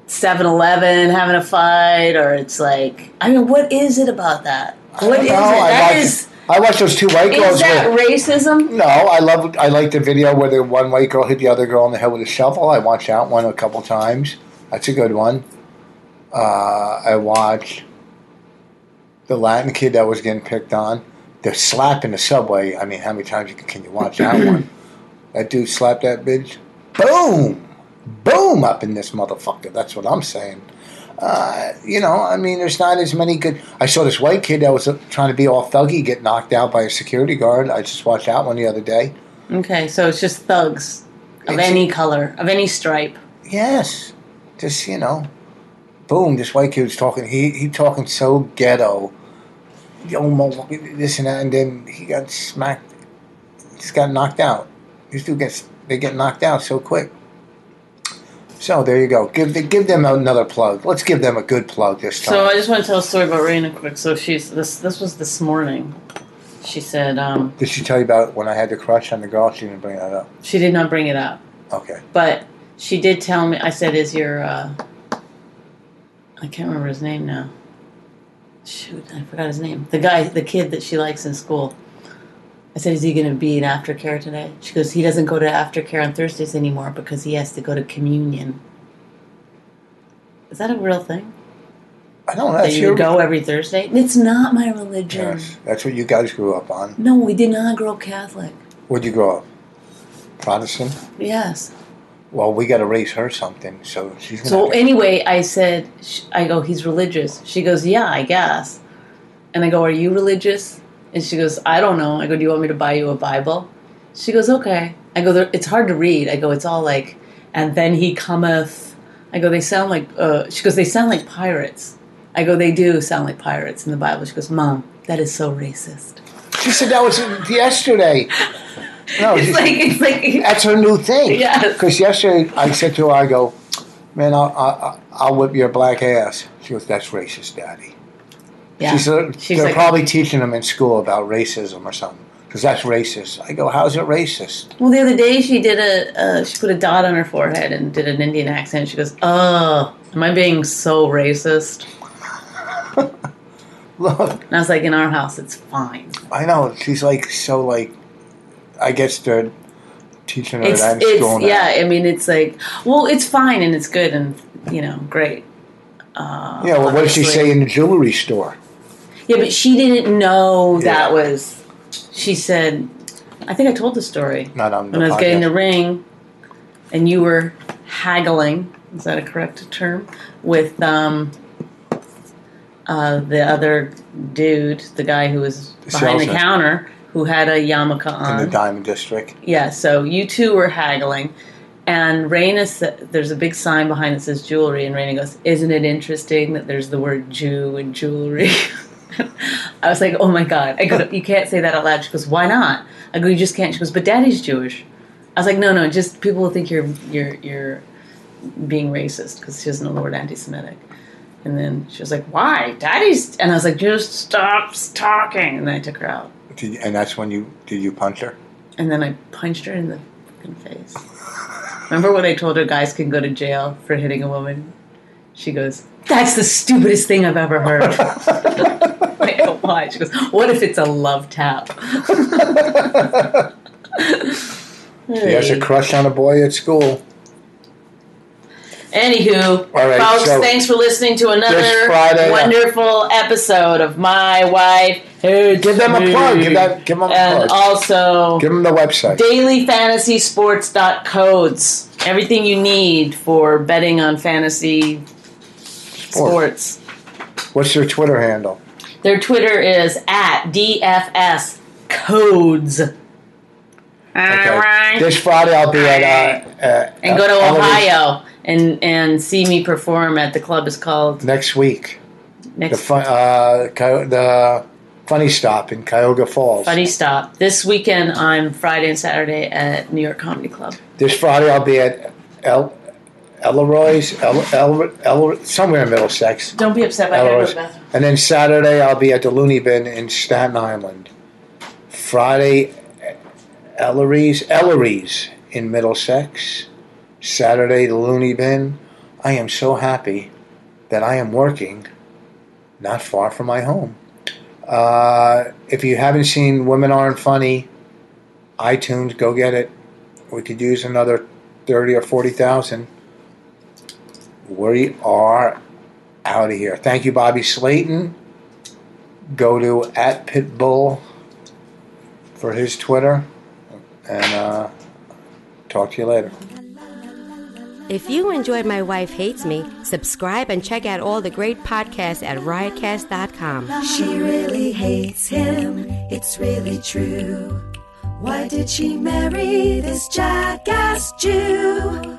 Speaker 3: 7 Eleven having a fight, or it's like, I mean, what is it about that? What is
Speaker 2: no,
Speaker 3: it?
Speaker 2: I
Speaker 3: That
Speaker 2: like
Speaker 3: is,
Speaker 2: I watched those two white girls.
Speaker 3: is that
Speaker 2: with-
Speaker 3: racism?
Speaker 2: no, I love. I like the video where the one white girl hit the other girl on the head with a shovel. I watched that one a couple times. That's a good one. Uh, I watched the Latin kid that was getting picked on. The slap in the subway. I mean, how many times you can, can you watch that one? That dude slapped that bitch. Boom, boom, up in this motherfucker. That's what I'm saying. Uh, you know, I mean, there's not as many good. I saw this white kid that was uh, trying to be all thuggy get knocked out by a security guard. I just watched that one the other day.
Speaker 3: Okay, so it's just thugs of
Speaker 2: It's-
Speaker 3: any color, of any stripe.
Speaker 2: Yes, just you know, boom. This white kid was talking. He he talking so ghetto. Yo, motherfucker, this and that, and then he got smacked. Just got knocked out. These dude gets they get knocked out so quick. So there you go. Give the, give them another plug. Let's give them a good plug this time.
Speaker 3: So I just want to tell a story about Raina quick. So she's this. This was this morning. She said um,
Speaker 2: Did she tell you about when I had the crush on the girl? She didn't bring that up.
Speaker 3: she did not bring it up,
Speaker 2: Okay.
Speaker 3: but she did tell me. I said, "Is your uh, I can't remember his name now. Shoot, I forgot his name. The guy, the kid that she likes in school. I said, "Is he going to be in aftercare today?" She goes, "He doesn't go to aftercare on Thursdays anymore because he has to go to communion." Is that a real thing?
Speaker 2: I don't know.
Speaker 3: That
Speaker 2: That's
Speaker 3: you
Speaker 2: your
Speaker 3: would go every Thursday? It's not my religion.
Speaker 2: Yes, that's what you guys grew up on.
Speaker 3: No, we did not grow Catholic.
Speaker 2: Where'd you grow up? Protestant.
Speaker 3: Yes.
Speaker 2: Well, we got to raise her something, so she's gonna.
Speaker 3: So
Speaker 2: have to-
Speaker 3: anyway, I said, sh- I go, he's religious. She goes, yeah, I guess. And I go, are you religious? And she goes, I don't know. I go, do you want me to buy you a Bible? She goes, okay. I go, "There- it's hard to read. I go, it's all like, and then he cometh. I go, they sound like. Uh, she goes, they sound like pirates. I go, they do sound like pirates in the Bible. She goes, mom, that is so racist.
Speaker 2: she said that was yesterday. No, she-
Speaker 3: It's like it's like
Speaker 2: that's her new thing.
Speaker 3: Yes.
Speaker 2: Because yesterday I said to her, I go, man, I'll, I'll, I'll whip your black ass. She goes, that's racist, daddy.
Speaker 3: yeah.
Speaker 2: She said,
Speaker 3: She's
Speaker 2: they're
Speaker 3: like-
Speaker 2: probably teaching them in school about racism or something. Because that's racist. I go, how's it racist?
Speaker 3: Well, the other day she did a uh, she put a dot on her forehead and did an Indian accent. She goes, "Oh, am I being so racist?"
Speaker 2: Look,
Speaker 3: And I was like, "In our house, it's fine.
Speaker 2: I know she's like so like. I guess they're teaching her
Speaker 3: It's
Speaker 2: that in school
Speaker 3: it's
Speaker 2: now.
Speaker 3: yeah. I mean, it's like, well, it's fine and it's good and you know, great.
Speaker 2: yeah. Well, what did she
Speaker 3: obviously.
Speaker 2: say in the jewelry store?
Speaker 3: Yeah, but she didn't know
Speaker 2: Yeah.
Speaker 3: that was. She said, "I think I told the story
Speaker 2: Not on the
Speaker 3: when I was getting
Speaker 2: podcast.
Speaker 3: the ring, and you were haggling. Is that a correct term? With um, uh, the other dude, the guy who was behind the
Speaker 2: salesman.
Speaker 3: counter, who had a yarmulke
Speaker 2: in
Speaker 3: on.
Speaker 2: the diamond district.
Speaker 3: Yeah, so you two were haggling, and Raina, sa- there's a big sign behind that says jewelry, and Raina goes, Isn't it interesting that there's the word Jew in jewelry? I was like, Oh my God. I go, You can't say that out loud. She goes, Why not? I go, You just can't. She goes, But daddy's Jewish. I was like, No, no, just people will think you're, you're, you're being racist because she doesn't know the word anti Semitic. And then she was like, Why? Daddy's. And I was like, Just stop talking. And then I took her out.
Speaker 2: Did you- and that's when you did you punch her?
Speaker 3: And then I punched her in the fucking face. Remember when I told her guys can go to jail for hitting a woman? She goes, That's the stupidest thing I've ever heard. I go, Why? She goes, What if it's a love tap?
Speaker 2: He has a crush on a boy at school.
Speaker 3: Anywho,
Speaker 2: All right,
Speaker 3: folks,
Speaker 2: so-
Speaker 3: thanks for listening to another
Speaker 2: This Friday, uh,
Speaker 3: wonderful episode of My Wife. Hates
Speaker 2: Give them a
Speaker 3: Me.
Speaker 2: plug. Give, that, give them a
Speaker 3: and
Speaker 2: plug.
Speaker 3: also
Speaker 2: give them the website.
Speaker 3: dailyfantasysports.codes. Everything you need for betting on fantasy sports.
Speaker 2: What's their Twitter handle?
Speaker 3: Their Twitter is at DFS codes.
Speaker 2: Okay. This Friday I'll be at uh, uh,
Speaker 3: and go to
Speaker 2: Elevate
Speaker 3: Ohio and and see me perform at the club is called
Speaker 2: next week. The
Speaker 3: Next
Speaker 2: fun, uh, Cuy- the funny stop in Cuyahoga Falls.
Speaker 3: Buddy Stop. This weekend I'm Friday and Saturday at New York Comedy Club.
Speaker 2: This Friday I'll be at El Elroy's El, El, El, somewhere in Middlesex.
Speaker 3: Don't be upset by
Speaker 2: Elroy's.
Speaker 3: that.
Speaker 2: And then Saturday I'll be at the Looney Bin in Staten Island. Friday Ellery's Ellery's in Middlesex. Saturday the Looney Bin. I am so happy that I am working not far from my home. Uh, if you haven't seen Women Aren't Funny, iTunes, go get it. We could use another thirty or forty thousand. We are out of here. Thank you, Bobby Slayton. Go to at Pitbull for his Twitter, and uh, talk to you later.
Speaker 6: If you enjoyed My Wife Hates Me, subscribe and check out all the great podcasts at riotcast.com.
Speaker 1: She really hates him, it's really true. Why did she marry this jackass Jew?